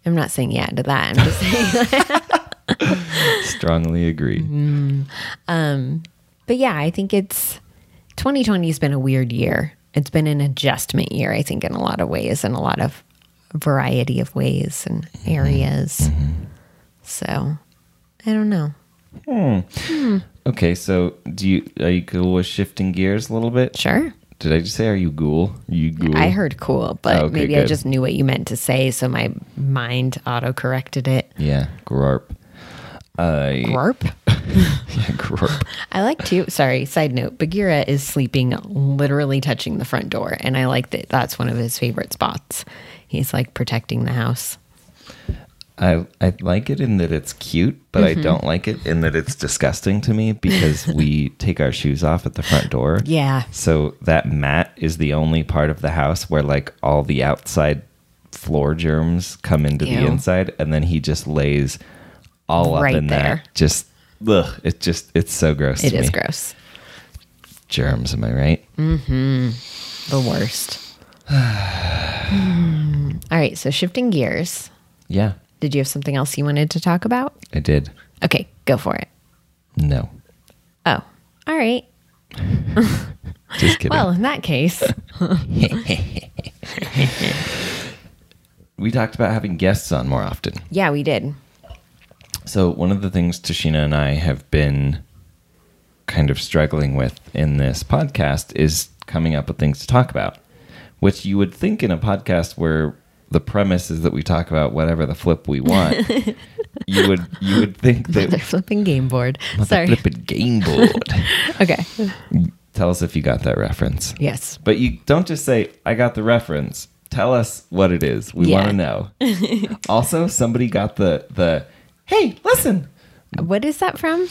Speaker 2: I'm not saying yeah to that. I'm just <laughs> saying,
Speaker 1: Strongly agree.
Speaker 2: Mm-hmm. but yeah, I think it's 2020 has been a weird year. It's been an adjustment year, I think, in a lot of ways, in a lot of variety of ways and areas. So I don't know.
Speaker 1: Okay, so do you are you cool with shifting gears a little bit?
Speaker 2: Sure.
Speaker 1: Did I just say are you cool? You cool?
Speaker 2: I heard cool, but
Speaker 1: Oh, okay,
Speaker 2: maybe I
Speaker 1: good.
Speaker 2: just knew what you meant to say, so my mind auto corrected it.
Speaker 1: Yeah, grarp. Uh,
Speaker 2: Grarp.
Speaker 1: <laughs> yeah, grarp.
Speaker 2: I like to. Sorry, side note. Bagheera is sleeping, literally touching the front door, and I like that. That's one of his favorite spots. He's like protecting the house.
Speaker 1: I I like it in that it's cute, but
Speaker 2: Mm-hmm.
Speaker 1: I don't like it in that it's disgusting to me because
Speaker 2: <laughs>
Speaker 1: we take our shoes off at the front door.
Speaker 2: Yeah.
Speaker 1: So that mat is the only part of the house where like all the outside floor germs come into
Speaker 2: Ew.
Speaker 1: the inside and then he just lays all
Speaker 2: Right
Speaker 1: up in
Speaker 2: there.
Speaker 1: that. Just ugh, it just it's so gross.
Speaker 2: It
Speaker 1: to
Speaker 2: is Mm.
Speaker 1: me.
Speaker 2: gross.
Speaker 1: Germs, am I right?
Speaker 2: The worst. <sighs> Hmm. All right. So shifting gears.
Speaker 1: Yeah,
Speaker 2: Did you have something else you wanted to talk about?
Speaker 1: I did.
Speaker 2: Okay, go for it.
Speaker 1: No.
Speaker 2: Oh, all right.
Speaker 1: Just kidding.
Speaker 2: Well, in
Speaker 1: <laughs>
Speaker 2: that case,
Speaker 1: we talked about having guests on more often.
Speaker 2: yeah, we did.
Speaker 1: So one of the things Tashina and I have been kind of struggling with in this podcast is coming up with things to talk about, which you would think in a podcast where the premise is that we talk about whatever the flip we
Speaker 2: <laughs>
Speaker 1: want. you would you would think
Speaker 2: They're
Speaker 1: that
Speaker 2: flipping game board. Sorry.
Speaker 1: flipping game board.
Speaker 2: <laughs> Okay.
Speaker 1: Tell us if you got that reference.
Speaker 2: Yes.
Speaker 1: But you don't just say I got the reference. Tell us what it is. We
Speaker 2: Yeah.
Speaker 1: want to
Speaker 2: <laughs>
Speaker 1: know. also, somebody got the the hey, listen.
Speaker 2: What is that from?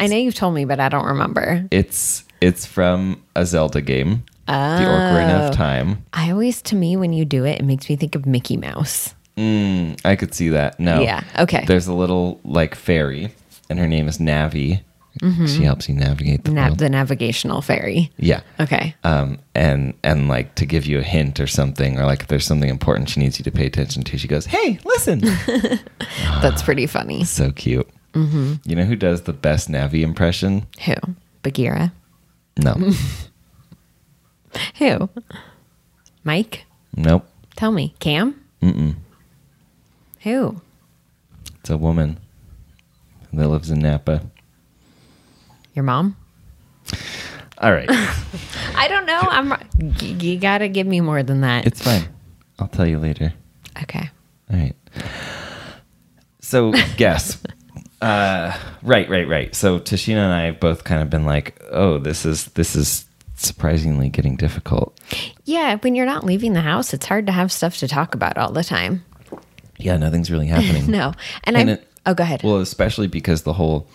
Speaker 2: I know you've told me, but I don't remember.
Speaker 1: It's it's from a Zelda game. Oh. The Ocarina of Time.
Speaker 2: I always, to me, when you do it, it makes me think of Mickey Mouse.
Speaker 1: I could see that. No.
Speaker 2: Yeah, okay.
Speaker 1: There's a little like fairy, and her name is Navi. She helps you navigate the
Speaker 2: Mm-hmm. Nav-
Speaker 1: world.
Speaker 2: the navigational fairy.
Speaker 1: Yeah.
Speaker 2: Okay.
Speaker 1: Um, and and like to give you a hint or something, or like if there's something important she needs you to pay attention to, she goes, "Hey,
Speaker 2: <laughs>
Speaker 1: listen."
Speaker 2: That's pretty funny.
Speaker 1: so cute.
Speaker 2: Mm-hmm.
Speaker 1: You know who does the best Navi impression?
Speaker 2: Who? Bagheera. <laughs>
Speaker 1: No.
Speaker 2: Who? Mike?
Speaker 1: nope.
Speaker 2: Tell me. Cam? Mm-mm. Who?
Speaker 1: It's a woman that lives in Napa.
Speaker 2: Your mom?
Speaker 1: All
Speaker 2: <laughs>
Speaker 1: right.
Speaker 2: I don't know. I'm. y- You gotta give me more than that.
Speaker 1: it's fine. I'll tell you later.
Speaker 2: okay.
Speaker 1: All right. So guess. uh, right, right, right. So Tashina and I have both kind of been like, oh, this is this is surprisingly getting difficult.
Speaker 2: Yeah, when you're not leaving the house, it's hard to have stuff to talk about all the time.
Speaker 1: Yeah, nothing's really happening.
Speaker 2: <laughs> No, and,
Speaker 1: And
Speaker 2: I.
Speaker 1: it-
Speaker 2: Oh, go ahead.
Speaker 1: Well, especially because the whole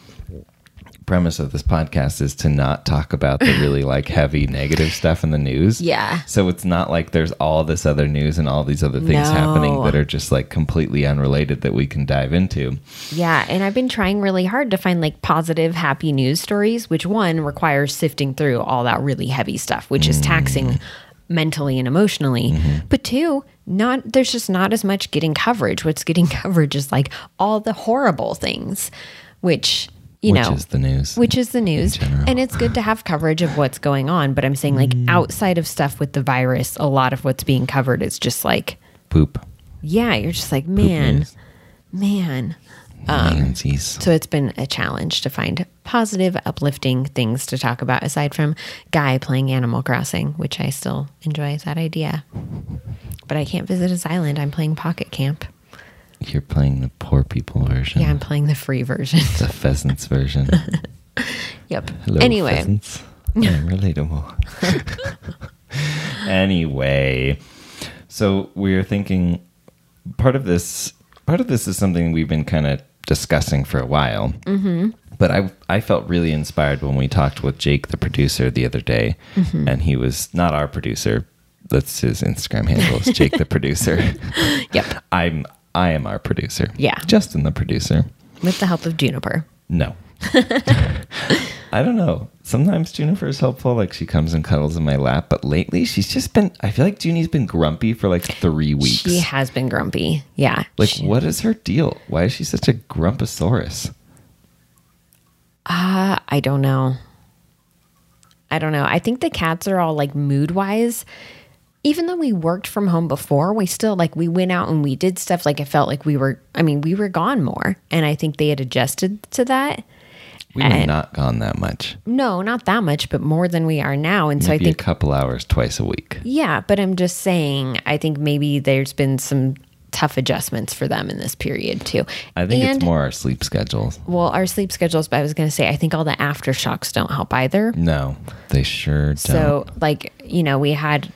Speaker 1: premise of this podcast is to not talk about the
Speaker 2: <laughs>
Speaker 1: really like heavy negative stuff in the news.
Speaker 2: Yeah.
Speaker 1: So it's not like there's all this other news and all these other things
Speaker 2: No.
Speaker 1: happening that are just like completely unrelated that we can dive into.
Speaker 2: yeah, and I've been trying really hard to find like positive, happy news stories, which one requires sifting through all that really heavy stuff, which is
Speaker 1: Mm.
Speaker 2: taxing mentally and emotionally.
Speaker 1: Mm-hmm.
Speaker 2: But two, not there's just not as much getting coverage. What's getting <laughs> coverage is like all the horrible things, which you
Speaker 1: which
Speaker 2: know
Speaker 1: is the news.
Speaker 2: which is the news
Speaker 1: general. Mm.
Speaker 2: and it's good to have coverage of what's going on but i'm saying like outside of stuff with the virus a lot of what's being covered is just like
Speaker 1: poop.
Speaker 2: yeah you're just like man
Speaker 1: news.
Speaker 2: man Uh,
Speaker 1: Nancy's.
Speaker 2: so it's been a challenge to find positive uplifting things to talk about aside from guy playing animal crossing which i still enjoy that idea but i can't visit his island i'm playing pocket camp
Speaker 1: You're playing the poor people version.
Speaker 2: yeah i'm playing the free version <laughs>
Speaker 1: The pheasants version.
Speaker 2: yep
Speaker 1: Hello,
Speaker 2: anyway <laughs>
Speaker 1: pheasants. I'm relatable. anyway, so we're thinking part of this part of this is something we've been kind of discussing for a while. Mm-hmm. But I I felt really inspired when we talked with Jake, the producer, the other day,
Speaker 2: Mm-hmm.
Speaker 1: and he was not our producer. That's his Instagram handle. It's Jake
Speaker 2: <laughs>
Speaker 1: the producer.
Speaker 2: yep
Speaker 1: I'm I am our producer.
Speaker 2: Yeah.
Speaker 1: Justin the producer.
Speaker 2: with the help of juniper <laughs>
Speaker 1: No. I don't know. Sometimes Junifer is helpful. Like she comes and cuddles in my lap, but lately she's just been. I feel like Junie's been grumpy for like three weeks.
Speaker 2: She has been grumpy. Yeah.
Speaker 1: like,
Speaker 2: She-
Speaker 1: what is her deal? Why is she such a grumposaurus?
Speaker 2: I- I don't know. I don't know. I think the cats are all like mood wise. Even though we worked from home before, we still like we went out and we did stuff like it felt like we were I mean, we were gone more. And I think they had adjusted to that.
Speaker 1: We have
Speaker 2: And-
Speaker 1: not gone that much.
Speaker 2: No, not that much, but more than we are now. And so I
Speaker 1: Maybe
Speaker 2: think
Speaker 1: a couple hours twice a week.
Speaker 2: Yeah, but I'm just saying, I think maybe there's been some tough adjustments for them in this period too.
Speaker 1: I think
Speaker 2: And-
Speaker 1: it's more our sleep schedules.
Speaker 2: Well, our sleep schedules, but I was going to say, I think all the aftershocks don't help either.
Speaker 1: No, they sure don't.
Speaker 2: So, like, you know, we had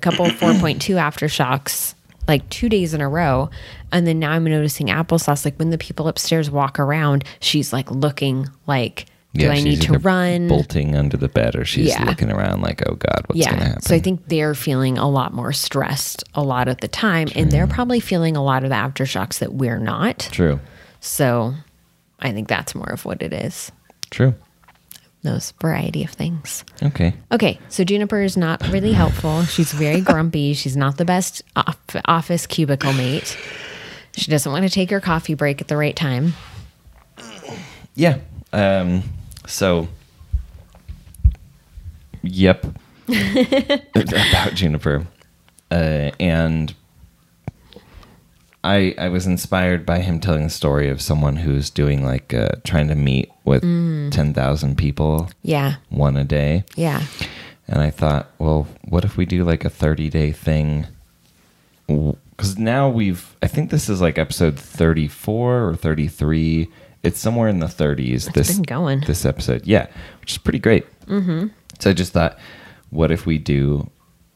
Speaker 1: <clears throat>
Speaker 2: couple 4.2 aftershocks like two days in a row. And then now I'm noticing applesauce. Like, when the people upstairs walk around, she's like looking like, do I
Speaker 1: she's
Speaker 2: need to
Speaker 1: either
Speaker 2: run?
Speaker 1: Bolting under the bed, or she's
Speaker 2: Yeah.
Speaker 1: looking around like, "Oh God, what's going to
Speaker 2: yeah.
Speaker 1: happen?"
Speaker 2: So I think they're feeling a lot more stressed a lot of the time. And they're probably feeling a lot of the aftershocks that we're not.
Speaker 1: true,
Speaker 2: So I think that's more of what it is
Speaker 1: true.
Speaker 2: those variety of things.
Speaker 1: Okay,
Speaker 2: Okay, so Juniper is not really helpful. She's very grumpy. She's not the best off- office cubicle mate. She doesn't want to take her coffee break at the right time.
Speaker 1: Yeah. Um, so, yep. about Juniper. Uh, and I, I was inspired by him telling the story of someone who's doing like uh, trying to meet with 10,000 people,
Speaker 2: Yeah,
Speaker 1: one a day.
Speaker 2: yeah,
Speaker 1: And I thought, well, what if we do like a 30 day thing? Because now we've, I think this is like episode 34 or 33. It's somewhere in the 30s. this
Speaker 2: been going.
Speaker 1: This episode, yeah, which is pretty great. Mm-hmm. So I just thought, what if we do?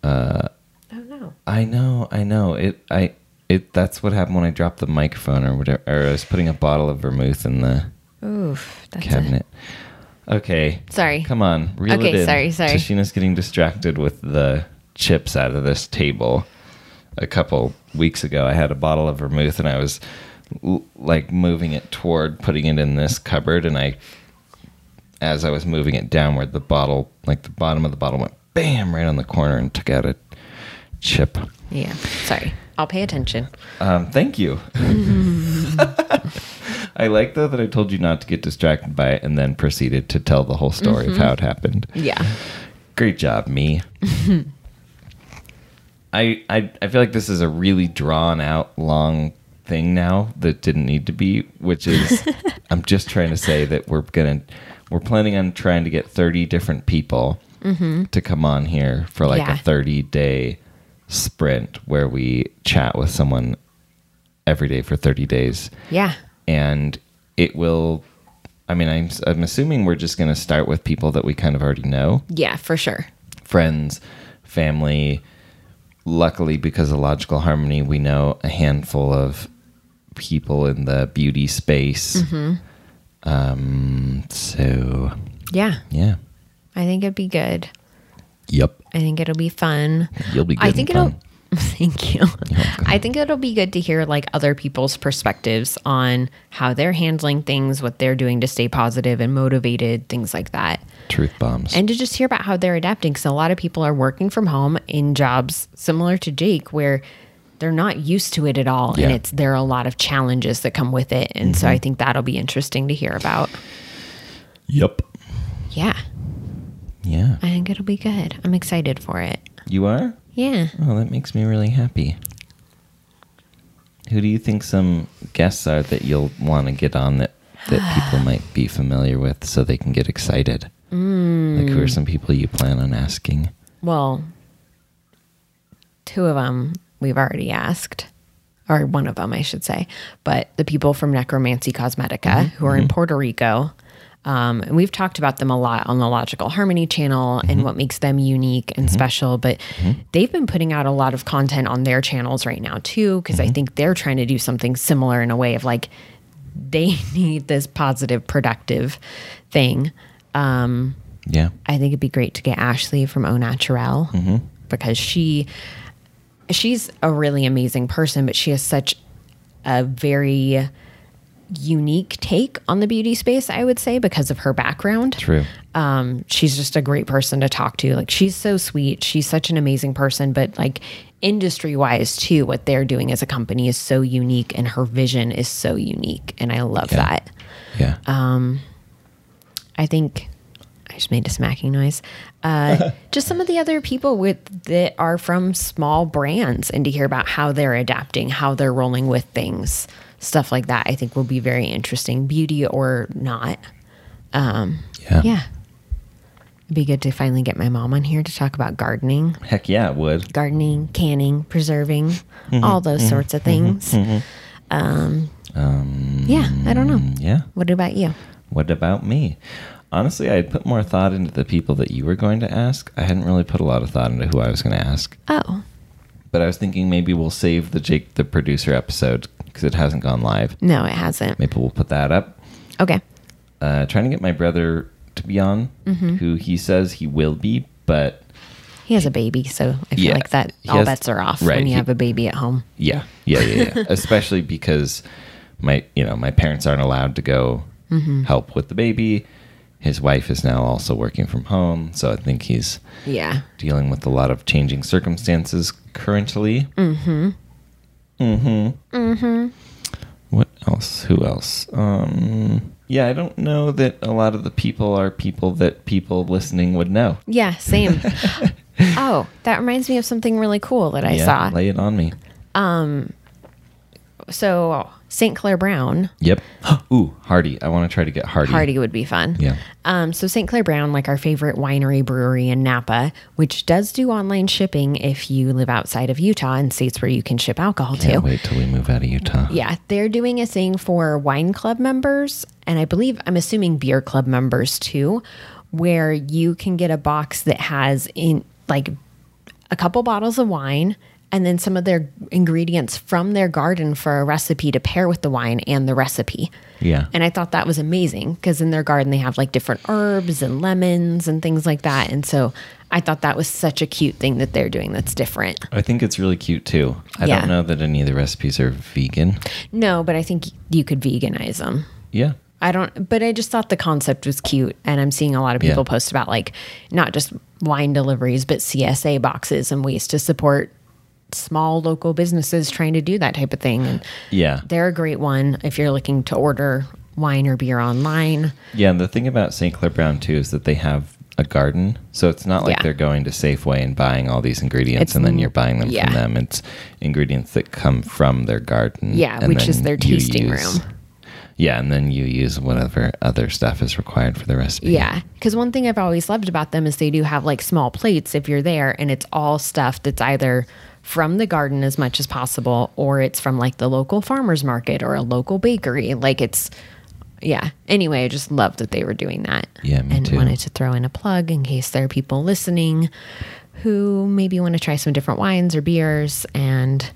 Speaker 2: I don't know.
Speaker 1: I I know, I know. It, I, it. That's what happened when I dropped the microphone or whatever. Or I was putting a bottle of vermouth in the
Speaker 2: Oof, that's a-
Speaker 1: cabinet. Okay.
Speaker 2: Sorry.
Speaker 1: Come on. Reel
Speaker 2: Okay,
Speaker 1: it in.
Speaker 2: sorry, sorry.
Speaker 1: Tashina's getting distracted with the chips out of this table. A couple weeks ago, I had a bottle of vermouth and I was l- like moving it toward putting it in this cupboard. And I, as I was moving it downward, the bottle, like the bottom of the bottle went bam right on the corner and took out a chip.
Speaker 2: yeah. Sorry, I'll pay attention.
Speaker 1: Um, thank
Speaker 2: <laughs>
Speaker 1: you. <laughs> I like though that I told you not to get distracted by it and then proceeded to tell the whole story
Speaker 2: Mm-hmm.
Speaker 1: of how it happened.
Speaker 2: Yeah.
Speaker 1: Great job, me. I, I I feel like this is a really drawn out long thing now that didn't need to be, which is I'm just trying to say that we're gonna we're planning on trying to get 30 different people to come on here for like
Speaker 2: Yeah.
Speaker 1: a 30 day sprint where we chat with someone every day for 30 days
Speaker 2: Yeah.
Speaker 1: and it will i mean i'm, I'm assuming we're just going to start with people that we kind of already know
Speaker 2: Yeah, for sure.
Speaker 1: friends family luckily because of logical harmony we know a handful of people in the beauty space
Speaker 2: Mm-hmm.
Speaker 1: um so
Speaker 2: Yeah.
Speaker 1: yeah
Speaker 2: I think it'd be good.
Speaker 1: yep
Speaker 2: I think it'll be fun.
Speaker 1: You'll be
Speaker 2: I
Speaker 1: good
Speaker 2: think
Speaker 1: and
Speaker 2: it'll. <laughs> Thank you. I think it'll be good to hear like other people's perspectives on how they're handling things, what they're doing to stay positive and motivated, things like that.
Speaker 1: truth bombs
Speaker 2: And to just hear about how they're adapting. Because a lot of people are working from home in jobs similar to Jake, where they're not used to it at all.
Speaker 1: Yeah. Mm-hmm.
Speaker 2: And it's there are a lot of challenges that come with it. And so I think that'll be interesting to hear about.
Speaker 1: yep
Speaker 2: Yeah,
Speaker 1: yeah
Speaker 2: I think it'll be good. I'm excited for it.
Speaker 1: you are
Speaker 2: Yeah.
Speaker 1: oh that makes me really happy who do you think some guests are that you'll want to get on that that people might be familiar with so they can get excited
Speaker 2: Hmm.
Speaker 1: like who are some people you plan on asking
Speaker 2: Well, two of them we've already asked, or one of them, I should say, but the people from Necromancy Cosmetica who are in Puerto Rico. Um, and we've talked about them a lot on the Logical Harmony channel and what makes them unique and special. But they've been putting out a lot of content on their channels right now, too, because I think they're trying to do something similar in a way of like they <laughs> need this positive, productive thing.
Speaker 1: yeah
Speaker 2: I think it'd be great to get Ashley from Au Naturel because she she's a really amazing person, but she has such a very unique take on the beauty space, I would say, because of her background
Speaker 1: true
Speaker 2: um, she's just a great person to talk to. Like she's so sweet. She's such an amazing person, but like industry wise too, what they're doing as a company is so unique and her vision is so unique. And I love that.
Speaker 1: yeah
Speaker 2: Um, I think I just made a smacking noise.
Speaker 1: <laughs>
Speaker 2: Uh, just some of the other people with that are from small brands and to hear about how they're adapting, how they're rolling with things, stuff like that, I think will be very interesting, beauty or not.
Speaker 1: yeah
Speaker 2: Yeah. It'd be good to finally get my mom on here to talk about gardening,
Speaker 1: heck yeah it would
Speaker 2: gardening, canning, preserving,
Speaker 1: Mm-hmm.
Speaker 2: all those sorts of things. Um,
Speaker 1: Um,
Speaker 2: yeah, I don't know.
Speaker 1: Mm, yeah
Speaker 2: What about you?
Speaker 1: What about me? Honestly, I had put more thought into the people that you were going to ask. I hadn't really put a lot of thought into who I was going to ask.
Speaker 2: Oh,
Speaker 1: But I was thinking maybe we'll save the Jake the producer episode because it hasn't gone live.
Speaker 2: no, it hasn't.
Speaker 1: Maybe we'll put that up.
Speaker 2: Okay.
Speaker 1: Uh, trying to get my brother to be on, who he says he will be, but
Speaker 2: He has a baby, so I feel
Speaker 1: Yeah,
Speaker 2: like that
Speaker 1: he
Speaker 2: all
Speaker 1: has-
Speaker 2: bets are off
Speaker 1: right,
Speaker 2: when you
Speaker 1: he-
Speaker 2: have a baby at home.
Speaker 1: Yeah, yeah, yeah, <laughs> yeah. Especially because my, you know, my parents aren't allowed to go help with the baby. His wife is now also working from home, so I think he's
Speaker 2: Yeah.
Speaker 1: dealing with a lot of changing circumstances currently. Mm-hmm. Mm-hmm. Mm-hmm. What else? Who else? Um, yeah, I don't know that a lot of the people are people that people listening would know.
Speaker 2: Yeah,
Speaker 1: <laughs>
Speaker 2: same. oh, that reminds me of something really cool that I
Speaker 1: yeah,
Speaker 2: saw.
Speaker 1: lay it on me.
Speaker 2: so, St. Clair Brown,
Speaker 1: Yep. <gasps> Ooh, Hardy. I want to try to get Hardy.
Speaker 2: Hardy would be fun.
Speaker 1: Yeah.
Speaker 2: Um, so St. Clair Brown, like our favorite winery brewery in Napa, which does do online shipping if you live outside of Utah in states where you can ship alcohol
Speaker 1: Can't
Speaker 2: to.
Speaker 1: wait till we move out of Utah.
Speaker 2: Yeah, they're doing a thing for wine club members, and I believe I'm assuming beer club members too, where you can get a box that has in like a couple bottles of wine and then some of their ingredients from their garden for a recipe to pair with the wine and the recipe.
Speaker 1: Yeah.
Speaker 2: And I thought that was amazing because in their garden they have like different herbs and lemons and things like that. And so I thought that was such a cute thing that they're doing that's different.
Speaker 1: I think it's really cute too. I
Speaker 2: Yeah.
Speaker 1: don't know that any of the recipes are vegan.
Speaker 2: No, but I think you could veganize them.
Speaker 1: Yeah.
Speaker 2: I don't, but I just thought the concept was cute. And I'm seeing a lot of
Speaker 1: Yeah.
Speaker 2: people post about like not just wine deliveries, but CSA boxes and ways to support small local businesses trying to do that type of thing. And
Speaker 1: Yeah.
Speaker 2: they're a great one if you're looking to order wine or beer online.
Speaker 1: Yeah, and the thing about St. Clair Brown too is that they have a garden, so it's not like
Speaker 2: Yeah.
Speaker 1: they're going to Safeway and buying all these ingredients, and then you're buying them
Speaker 2: yeah.
Speaker 1: from them. It's ingredients that come from their garden.
Speaker 2: Yeah,
Speaker 1: and
Speaker 2: which is
Speaker 1: then
Speaker 2: their
Speaker 1: you
Speaker 2: tasting
Speaker 1: use-
Speaker 2: room.
Speaker 1: Yeah, and then you use whatever other stuff is required for the recipe.
Speaker 2: Yeah. Because one thing I've always loved about them is they do have like small plates if you're there, and it's all stuff that's either from the garden as much as possible or it's from like the local farmers market or a local bakery. Like it's, yeah. Anyway, I just love that they were doing that.
Speaker 1: Yeah, me
Speaker 2: And
Speaker 1: too.
Speaker 2: wanted to throw in a plug in case there are people listening who maybe want to try some different wines or beers and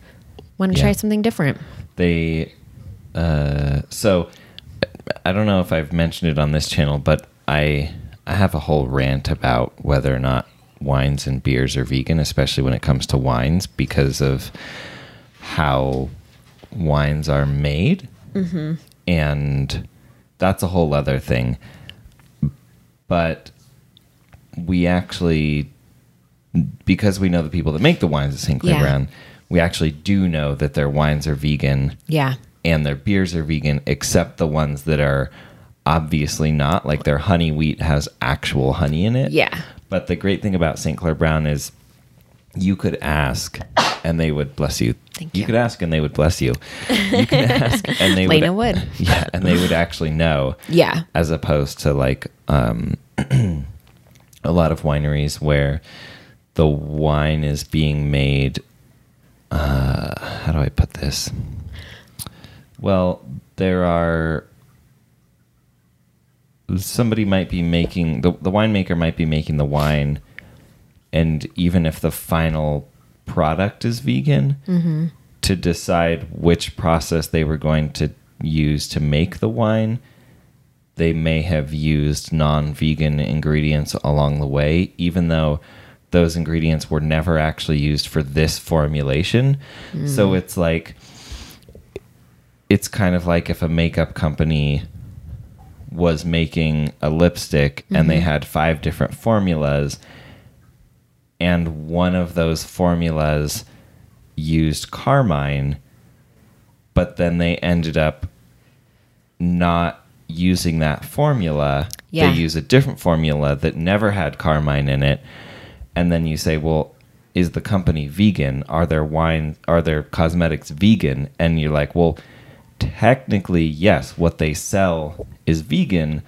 Speaker 2: want to
Speaker 1: Yeah.
Speaker 2: try something different.
Speaker 1: they uh so i don't know if i've mentioned it on this channel but i i have a whole rant about whether or not wines and beers are vegan especially when it comes to wines because of how wines are made and that's a whole other thing but we actually because we know the people that make the wines at st clair
Speaker 2: Yeah.
Speaker 1: brown we actually do know that their wines are vegan
Speaker 2: Yeah.
Speaker 1: and their beers are vegan, except the ones that are obviously not. Like their honey wheat has actual honey in it.
Speaker 2: Yeah.
Speaker 1: But the great thing about St. Clair Brown is you could ask and they would bless you.
Speaker 2: Thank you.
Speaker 1: could ask and they would bless you. You
Speaker 2: <laughs>
Speaker 1: could ask and they
Speaker 2: Lena
Speaker 1: would.
Speaker 2: would.
Speaker 1: <laughs> Yeah, and they would actually know.
Speaker 2: Yeah.
Speaker 1: As opposed to like um, <clears throat> a lot of wineries where the wine is being made. Uh, how do I put this? Well, there are. Somebody might be making the the winemaker might be making the wine, and even if the final product is vegan, to decide which process they were going to use to make the wine, they may have used non vegan ingredients along the way, even though those ingredients were never actually used for this formulation. So it's like, it's kind of like if a makeup company was making a lipstick and they had five different formulas, and one of those formulas used carmine, but then they ended up not using that formula.
Speaker 2: Yeah.
Speaker 1: They use a different formula that never had carmine in it. And then you say, well, is the company vegan? Are their wines, are their cosmetics vegan? And you're like, well, technically, yes, what they sell is vegan,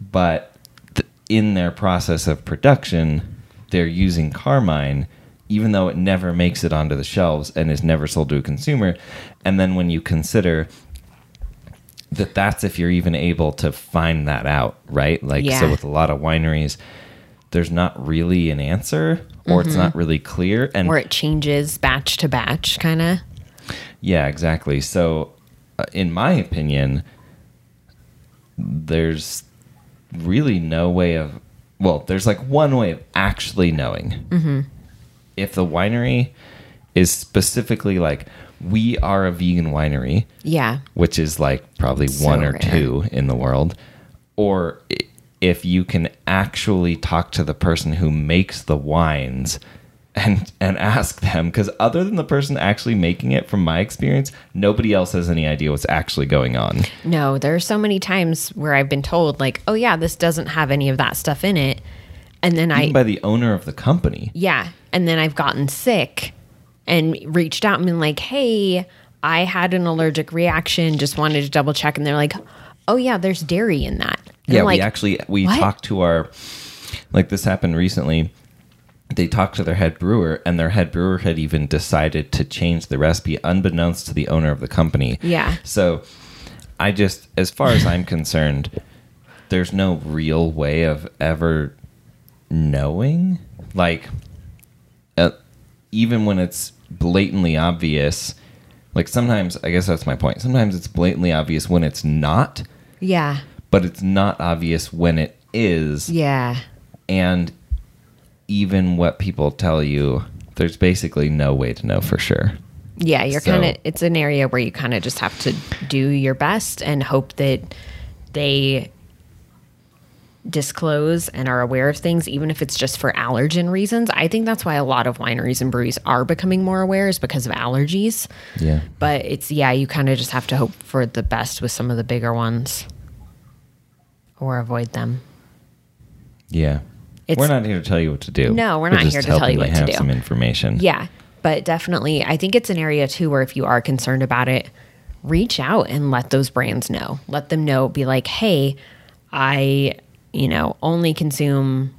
Speaker 1: but th- in their process of production, they're using carmine, even though it never makes it onto the shelves and is never sold to a consumer. And then when you consider that that's if you're even able to find that out, right? Like, so
Speaker 2: Yeah.
Speaker 1: with a lot of wineries, there's not really an answer or it's not really clear. And
Speaker 2: Where it changes batch to batch, kind of.
Speaker 1: yeah, exactly. So, uh, in my opinion, there's really no way of, well, there's like one way of actually knowing. If the winery is specifically like, we are a vegan winery,
Speaker 2: Yeah.
Speaker 1: which is like probably
Speaker 2: So
Speaker 1: one or
Speaker 2: rare.
Speaker 1: two in the world, or i- if you can actually talk to the person who makes the wines and and ask them because other than the person actually making it from my experience nobody else has any idea what's actually going on
Speaker 2: No, there are so many times where I've been told, like, oh, yeah, this doesn't have any of that stuff in it. And then I,
Speaker 1: even by the owner of the company
Speaker 2: yeah. And then I've gotten sick and reached out and been like, hey, I had an allergic reaction, just wanted to double check. And they're like, oh, yeah, there's dairy in that. And
Speaker 1: yeah
Speaker 2: I'm like,
Speaker 1: we actually we
Speaker 2: "What?"
Speaker 1: talked to our like this happened recently they talked to their head brewer and their head brewer had even decided to change the recipe unbeknownst to the owner of the company
Speaker 2: Yeah.
Speaker 1: so i just as far as i'm concerned there's no real way of ever knowing like uh, even when it's blatantly obvious, like sometimes, I guess that's my point. Sometimes it's blatantly obvious when it's not,
Speaker 2: Yeah.
Speaker 1: but it's not obvious when it is.
Speaker 2: Yeah.
Speaker 1: And even what people tell you, there's basically no way to know for sure.
Speaker 2: Yeah, you're
Speaker 1: So-
Speaker 2: kind of it's an area where you kind of just have to do your best and hope that they disclose and are aware of things even if it's just for allergen reasons. I think that's why a lot of wineries and breweries are becoming more aware is because of allergies.
Speaker 1: Yeah.
Speaker 2: But it's yeah, you kind of just have to hope for the best with some of the bigger ones or avoid them.
Speaker 1: Yeah.
Speaker 2: It's-
Speaker 1: we're not here to tell you what to do.
Speaker 2: No, we're not
Speaker 1: just
Speaker 2: here to tell
Speaker 1: helping
Speaker 2: you what to
Speaker 1: have
Speaker 2: do.
Speaker 1: some information.
Speaker 2: Yeah, but definitely, I think it's an area too where if you are concerned about it, reach out and let those brands know. Let them know, be like, hey, I, you know, only consume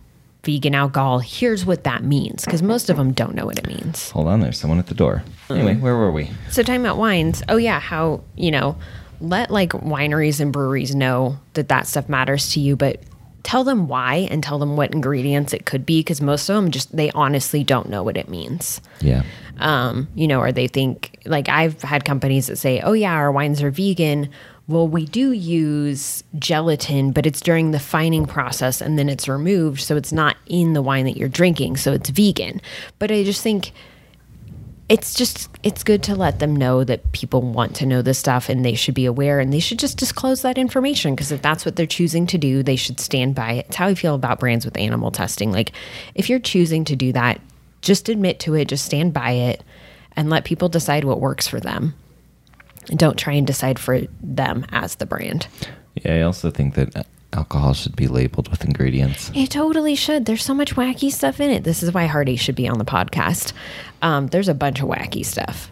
Speaker 2: vegan alcohol. Here's what that means. Because most of them don't know what it means.
Speaker 1: Hold on, there's someone at the door. Anyway,
Speaker 2: Mm.
Speaker 1: where were we?
Speaker 2: So, talking about wines, oh, yeah, how, you know, let like wineries and breweries know that that stuff matters to you, but tell them why and tell them what ingredients it could be because most of them just, they honestly don't know what it means.
Speaker 1: Yeah.
Speaker 2: um, you know, or they think like I've had companies that say, "Oh yeah, our wines are vegan." Well, we do use gelatin, but it's during the fining process and then it's removed, so it's not in the wine that you're drinking, so it's vegan. But I just think it's just it's good to let them know that people want to know this stuff and they should be aware and they should just disclose that information because if that's what they're choosing to do they should stand by it it's how i feel about brands with animal testing like if you're choosing to do that just admit to it just stand by it and let people decide what works for them And don't try and decide for them as the brand
Speaker 1: Yeah, I also think that uh, alcohol should be labeled with ingredients.
Speaker 2: It totally should. There's so much wacky stuff in it. This is why Hardy should be on the podcast. Um, there's a bunch of wacky stuff.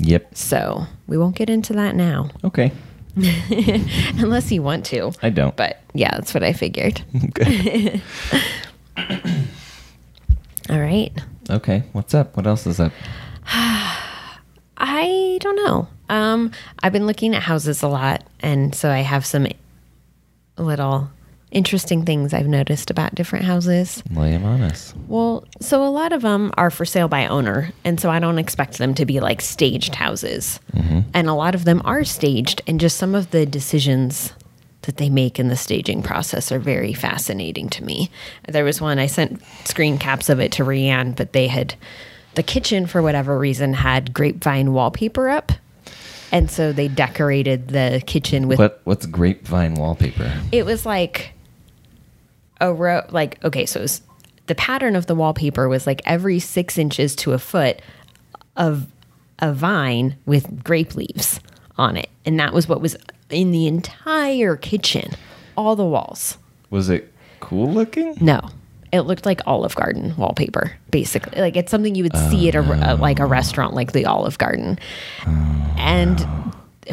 Speaker 1: Yep.
Speaker 2: So we won't get into that now.
Speaker 1: Okay.
Speaker 2: unless you want to.
Speaker 1: I don't.
Speaker 2: But yeah, that's what I figured. <laughs> All right.
Speaker 1: Okay. What's up? What else is up?
Speaker 2: I don't know. Um, I've been looking at houses a lot, and so I have some little interesting things I've noticed about different houses.
Speaker 1: Lay 'em on us.
Speaker 2: Well, so a lot of them are for sale by owner, and so I don't expect them to be like staged houses. And a lot of them are staged, and just some of the decisions that they make in the staging process are very fascinating to me. There was one I sent screen caps of it to Rianne, but they had the kitchen for whatever reason had grapevine wallpaper up. And so they decorated the kitchen with
Speaker 1: What what's grapevine wallpaper?
Speaker 2: it was like a row like okay so it was the pattern of the wallpaper was like every six inches to a foot of a vine with grape leaves on it and that was what was in the entire kitchen all the walls
Speaker 1: Was it cool looking?
Speaker 2: no it looked like olive garden wallpaper basically like it's something you would see at a, a like a restaurant like the olive garden and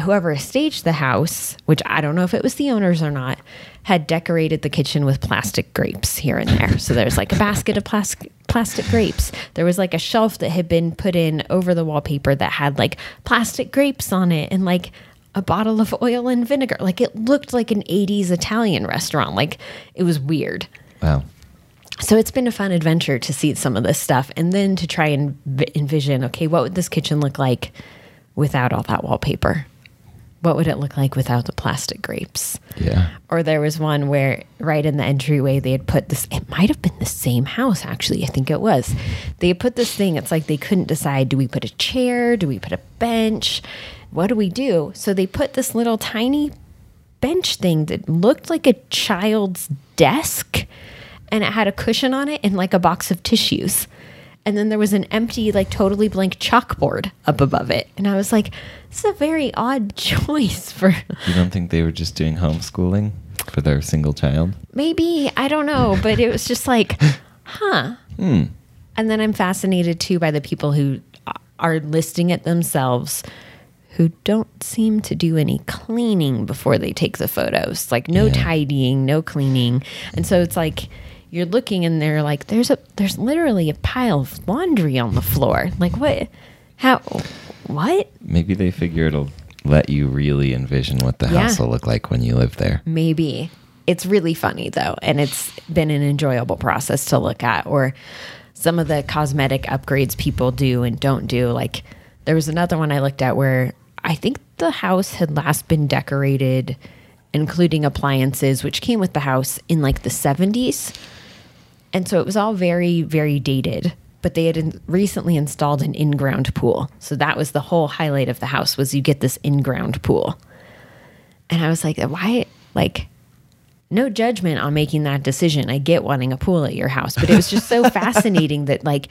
Speaker 2: whoever staged the house, which I don't know if it was the owners or not, had decorated the kitchen with plastic grapes here and there. So there's like a basket of plastic plastic grapes. There was like a shelf that had been put in over the wallpaper that had like plastic grapes on it and like a bottle of oil and vinegar. Like it looked like an 80s Italian restaurant. Like it was weird.
Speaker 1: Wow.
Speaker 2: So it's been a fun adventure to see some of this stuff and then to try and v- envision okay, what would this kitchen look like without all that wallpaper? What would it look like without the plastic grapes?
Speaker 1: Yeah.
Speaker 2: Or there was one where right in the entryway they had put this it might have been the same house actually, I think it was. They had put this thing, it's like they couldn't decide do we put a chair, do we put a bench? What do we do? So they put this little tiny bench thing that looked like a child's desk and it had a cushion on it and like a box of tissues. And then there was an empty, like totally blank chalkboard up above it. And I was like, this is a very odd <laughs> choice for
Speaker 1: You don't think they were just doing homeschooling for their single child?
Speaker 2: maybe i don't know but it was just like huh and then i'm fascinated too by the people who are listing it themselves who don't seem to do any cleaning before they take the photos like no
Speaker 1: Yeah.
Speaker 2: tidying no cleaning and so it's like you're looking and they're like there's a there's literally a pile of laundry on the floor like what how what
Speaker 1: Maybe they figure it'll let you really envision what the
Speaker 2: Yeah.
Speaker 1: house will look like when you live there.
Speaker 2: maybe it's really funny though and it's been an enjoyable process to look at or some of the cosmetic upgrades people do and don't do. Like there was another one I looked at where I think the house had last been decorated, including appliances, which came with the house in like the 70s. And so it was all very, very dated. But they had in- recently installed an in-ground pool, so that was the whole highlight of the house was you get this in-ground pool. And I was like, why? Like, no judgment on making that decision. I get wanting a pool at your house, but it was just so fascinating that like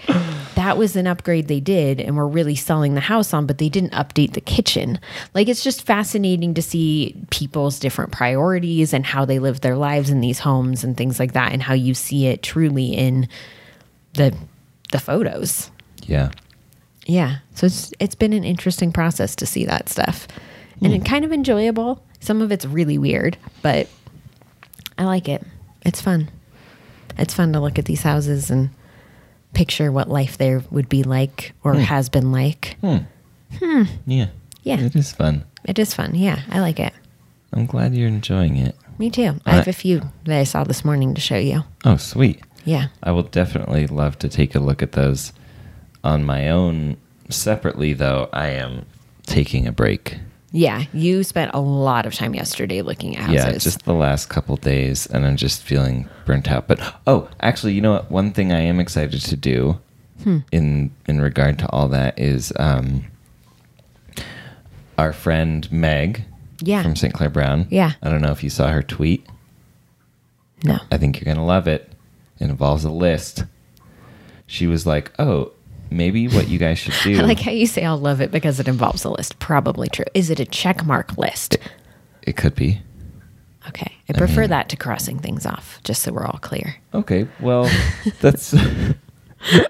Speaker 2: that was an upgrade they did and were really selling the house on, but they didn't update the kitchen. Like it's just fascinating to see people's different priorities and how they live their lives in these homes and things like that and how you see it truly in the the photos.
Speaker 1: Yeah.
Speaker 2: Yeah. So it's it's been an interesting process to see that stuff. And
Speaker 1: Hmm.
Speaker 2: it kind of enjoyable. Some of it's really weird, but I like it. It's fun. It's fun to look at these houses and picture what life there would be like or
Speaker 1: Hmm.
Speaker 2: has been like.
Speaker 1: Yeah.
Speaker 2: Yeah.
Speaker 1: It is fun.
Speaker 2: It is fun. Yeah, I like it.
Speaker 1: I'm glad you're enjoying it.
Speaker 2: Me too. I
Speaker 1: I-
Speaker 2: have a few that I saw this morning to show you.
Speaker 1: Oh, sweet.
Speaker 2: Yeah.
Speaker 1: I will definitely love to take a look at those on my own. Separately, though, I am taking a break.
Speaker 2: Yeah. You spent a lot of time yesterday looking at houses.
Speaker 1: Yeah, just the last couple days, and I'm just feeling burnt out. But oh, actually, you know what? One thing I am excited to do
Speaker 2: Hmm.
Speaker 1: in in regard to all that is um, our friend Meg
Speaker 2: Yeah.
Speaker 1: from St. Clair Brown.
Speaker 2: Yeah.
Speaker 1: I don't know if you saw her tweet.
Speaker 2: no.
Speaker 1: I think you're gonna love it. It involves a list. She was like, "Oh, maybe what you guys should do."
Speaker 2: <laughs> I like how you say I'll love it because it involves a list. Probably true. Is it a check mark list?
Speaker 1: it could be
Speaker 2: Okay. I prefer that to crossing things off, just so we're all clear.
Speaker 1: okay. Well,
Speaker 2: <laughs>
Speaker 1: that's. <laughs>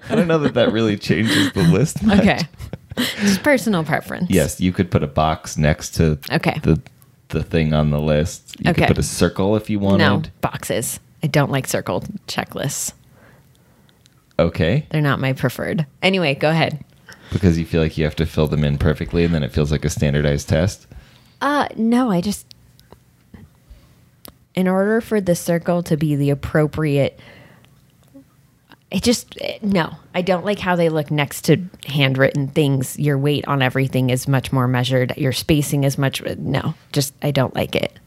Speaker 1: I don't know that that really changes the list. much.
Speaker 2: Okay. just personal preference.
Speaker 1: Yes, you could put a box next to
Speaker 2: Okay.
Speaker 1: the the thing on the list. You
Speaker 2: Okay.
Speaker 1: could put a circle if you
Speaker 2: No,
Speaker 1: wanted.
Speaker 2: boxes. I don't like circled checklists.
Speaker 1: Okay.
Speaker 2: They're not my preferred. Anyway, go ahead.
Speaker 1: Because you feel like you have to fill them in perfectly and then it feels like a standardized test.
Speaker 2: Uh, no, I just. In order for the circle to be the appropriate. It just. eh, No, I don't like how they look next to handwritten things. Your weight on everything is much more measured. Your spacing is much. No, just. I don't like it.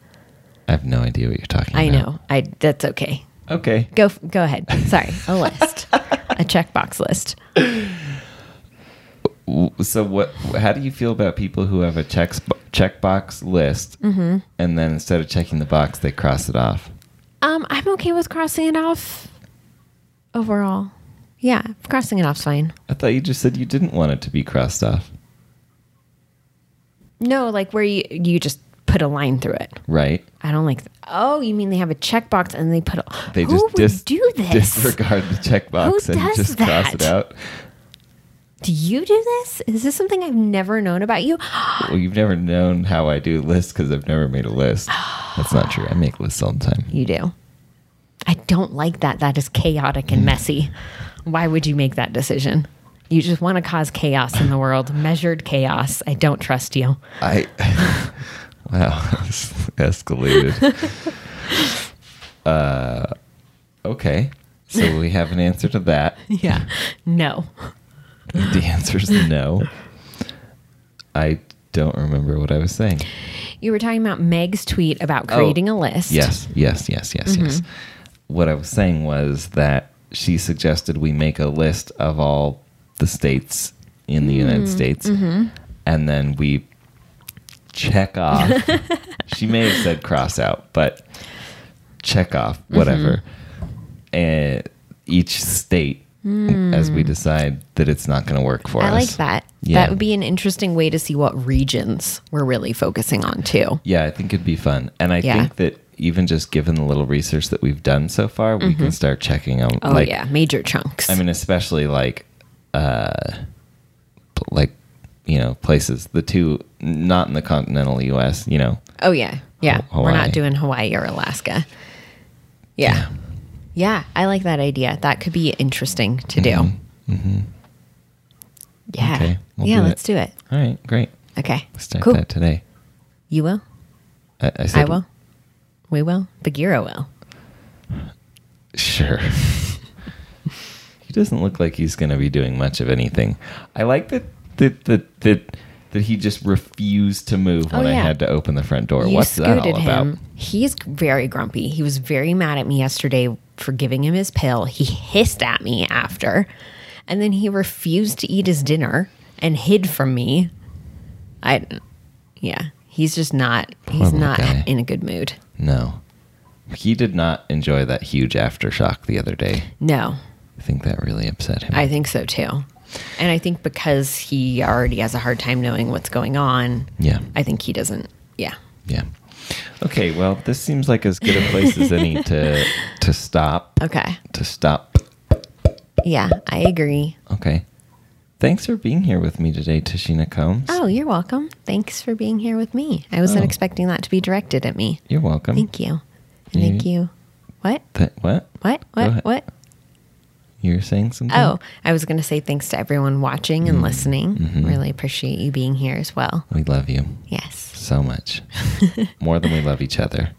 Speaker 1: I have no idea what you're talking
Speaker 2: I
Speaker 1: about.
Speaker 2: know. I. That's okay.
Speaker 1: know. Okay.
Speaker 2: Go. f- Go ahead. Sorry. A list. a checkbox list.
Speaker 1: So what how do you feel about people who have a check checkbox list
Speaker 2: Mm-hmm.
Speaker 1: and then instead of checking the box they cross it off?
Speaker 2: Um, I'm okay with crossing it off overall. Yeah, crossing it off's fine.
Speaker 1: I thought you just said you didn't want it to be crossed off.
Speaker 2: No, like where you you just put a line through it.
Speaker 1: Right?
Speaker 2: I don't like. oh, you mean they have a checkbox and they put a.
Speaker 1: They
Speaker 2: who
Speaker 1: just
Speaker 2: would
Speaker 1: dis-
Speaker 2: do this?
Speaker 1: disregard the checkbox
Speaker 2: Who
Speaker 1: and
Speaker 2: does
Speaker 1: just cross it
Speaker 2: that?
Speaker 1: out.
Speaker 2: do you do this? Is this something I've never known about you?
Speaker 1: Well, you've never known how I do lists because I've never made a list. That's not true. I make lists all the time.
Speaker 2: you do. I don't like that. That is chaotic and messy. Why would you make that decision? You just want to cause chaos in the world, measured chaos. I don't trust you.
Speaker 1: I <laughs> wow, this <laughs> escalated. uh, okay, so we have an answer to that.
Speaker 2: Yeah. <laughs> No.
Speaker 1: The answer is no. I don't remember what I was saying.
Speaker 2: You were talking about Meg's tweet about creating a list.
Speaker 1: Oh, Yes, yes, yes, yes, yes.
Speaker 2: Mm-hmm.
Speaker 1: What I was saying was that she suggested we make a list of all the states in the United
Speaker 2: Mm-hmm.
Speaker 1: States and then we check
Speaker 2: <laughs>
Speaker 1: off. she may have said cross out, but check off, whatever.
Speaker 2: Mm-hmm.
Speaker 1: And each state as we decide that it's not going to work for
Speaker 2: Mm. I
Speaker 1: us.
Speaker 2: like that.
Speaker 1: Yeah.
Speaker 2: That would be an interesting way to see what regions we're really focusing on too.
Speaker 1: Yeah, I think it'd be fun. And I
Speaker 2: Yeah.
Speaker 1: think that even just given the little research that we've done so far, we can start checking on
Speaker 2: Mm-hmm. Oh
Speaker 1: like
Speaker 2: yeah, major chunks.
Speaker 1: I mean especially like uh p- like you know, places the two not in the continental US, you know.
Speaker 2: oh yeah, yeah.
Speaker 1: Ho-
Speaker 2: We're
Speaker 1: Hawaii.
Speaker 2: not doing Hawaii or Alaska. Yeah. yeah, I like that idea. That could be interesting to do. Yeah,
Speaker 1: Mm-hmm. Okay, we'll
Speaker 2: yeah.
Speaker 1: do it.
Speaker 2: let's do it.
Speaker 1: All right, great.
Speaker 2: Okay,
Speaker 1: Start
Speaker 2: cool.
Speaker 1: that today.
Speaker 2: You will.
Speaker 1: I, I
Speaker 2: I
Speaker 1: said
Speaker 2: will. We will. Bagheera will.
Speaker 1: sure. <laughs> He doesn't look like he's going to be doing much of anything. I like that that that that, that he just refused to move when
Speaker 2: Oh,
Speaker 1: I
Speaker 2: yeah.
Speaker 1: had to open the front door.
Speaker 2: You
Speaker 1: What's that all
Speaker 2: scooted
Speaker 1: about?
Speaker 2: him. He's very grumpy. He was very mad at me yesterday for giving him his pill. He hissed at me after, and then he refused to eat his dinner and hid from me. I, yeah, he's just not. He's
Speaker 1: Poor
Speaker 2: not
Speaker 1: guy.
Speaker 2: in a good mood.
Speaker 1: No. He did not enjoy that huge aftershock the other day.
Speaker 2: No,
Speaker 1: I think that really upset him.
Speaker 2: I think so too. And I think because he already has a hard time knowing what's going on,
Speaker 1: yeah.
Speaker 2: I think he doesn't. Yeah.
Speaker 1: Yeah. Okay, well, this seems like as good a place as any
Speaker 2: <laughs>
Speaker 1: to to stop.
Speaker 2: Okay.
Speaker 1: To stop.
Speaker 2: Yeah, I agree.
Speaker 1: Okay. Thanks for being here with me today, Tashina Combs.
Speaker 2: Oh, you're welcome. Thanks for being here with me. I wasn't
Speaker 1: Oh.
Speaker 2: expecting that to be directed at me.
Speaker 1: You're welcome.
Speaker 2: Thank you. And thank
Speaker 1: Yeah.
Speaker 2: you. What?
Speaker 1: Th- what?
Speaker 2: What?
Speaker 1: Go ahead.
Speaker 2: What? What?
Speaker 1: You're saying something?
Speaker 2: Oh, I was going to say thanks to everyone watching
Speaker 1: Mm.
Speaker 2: and listening.
Speaker 1: Mm-hmm.
Speaker 2: Really appreciate you being here as well.
Speaker 1: We love you
Speaker 2: Yes. <laughs>
Speaker 1: so much. More than we love each other.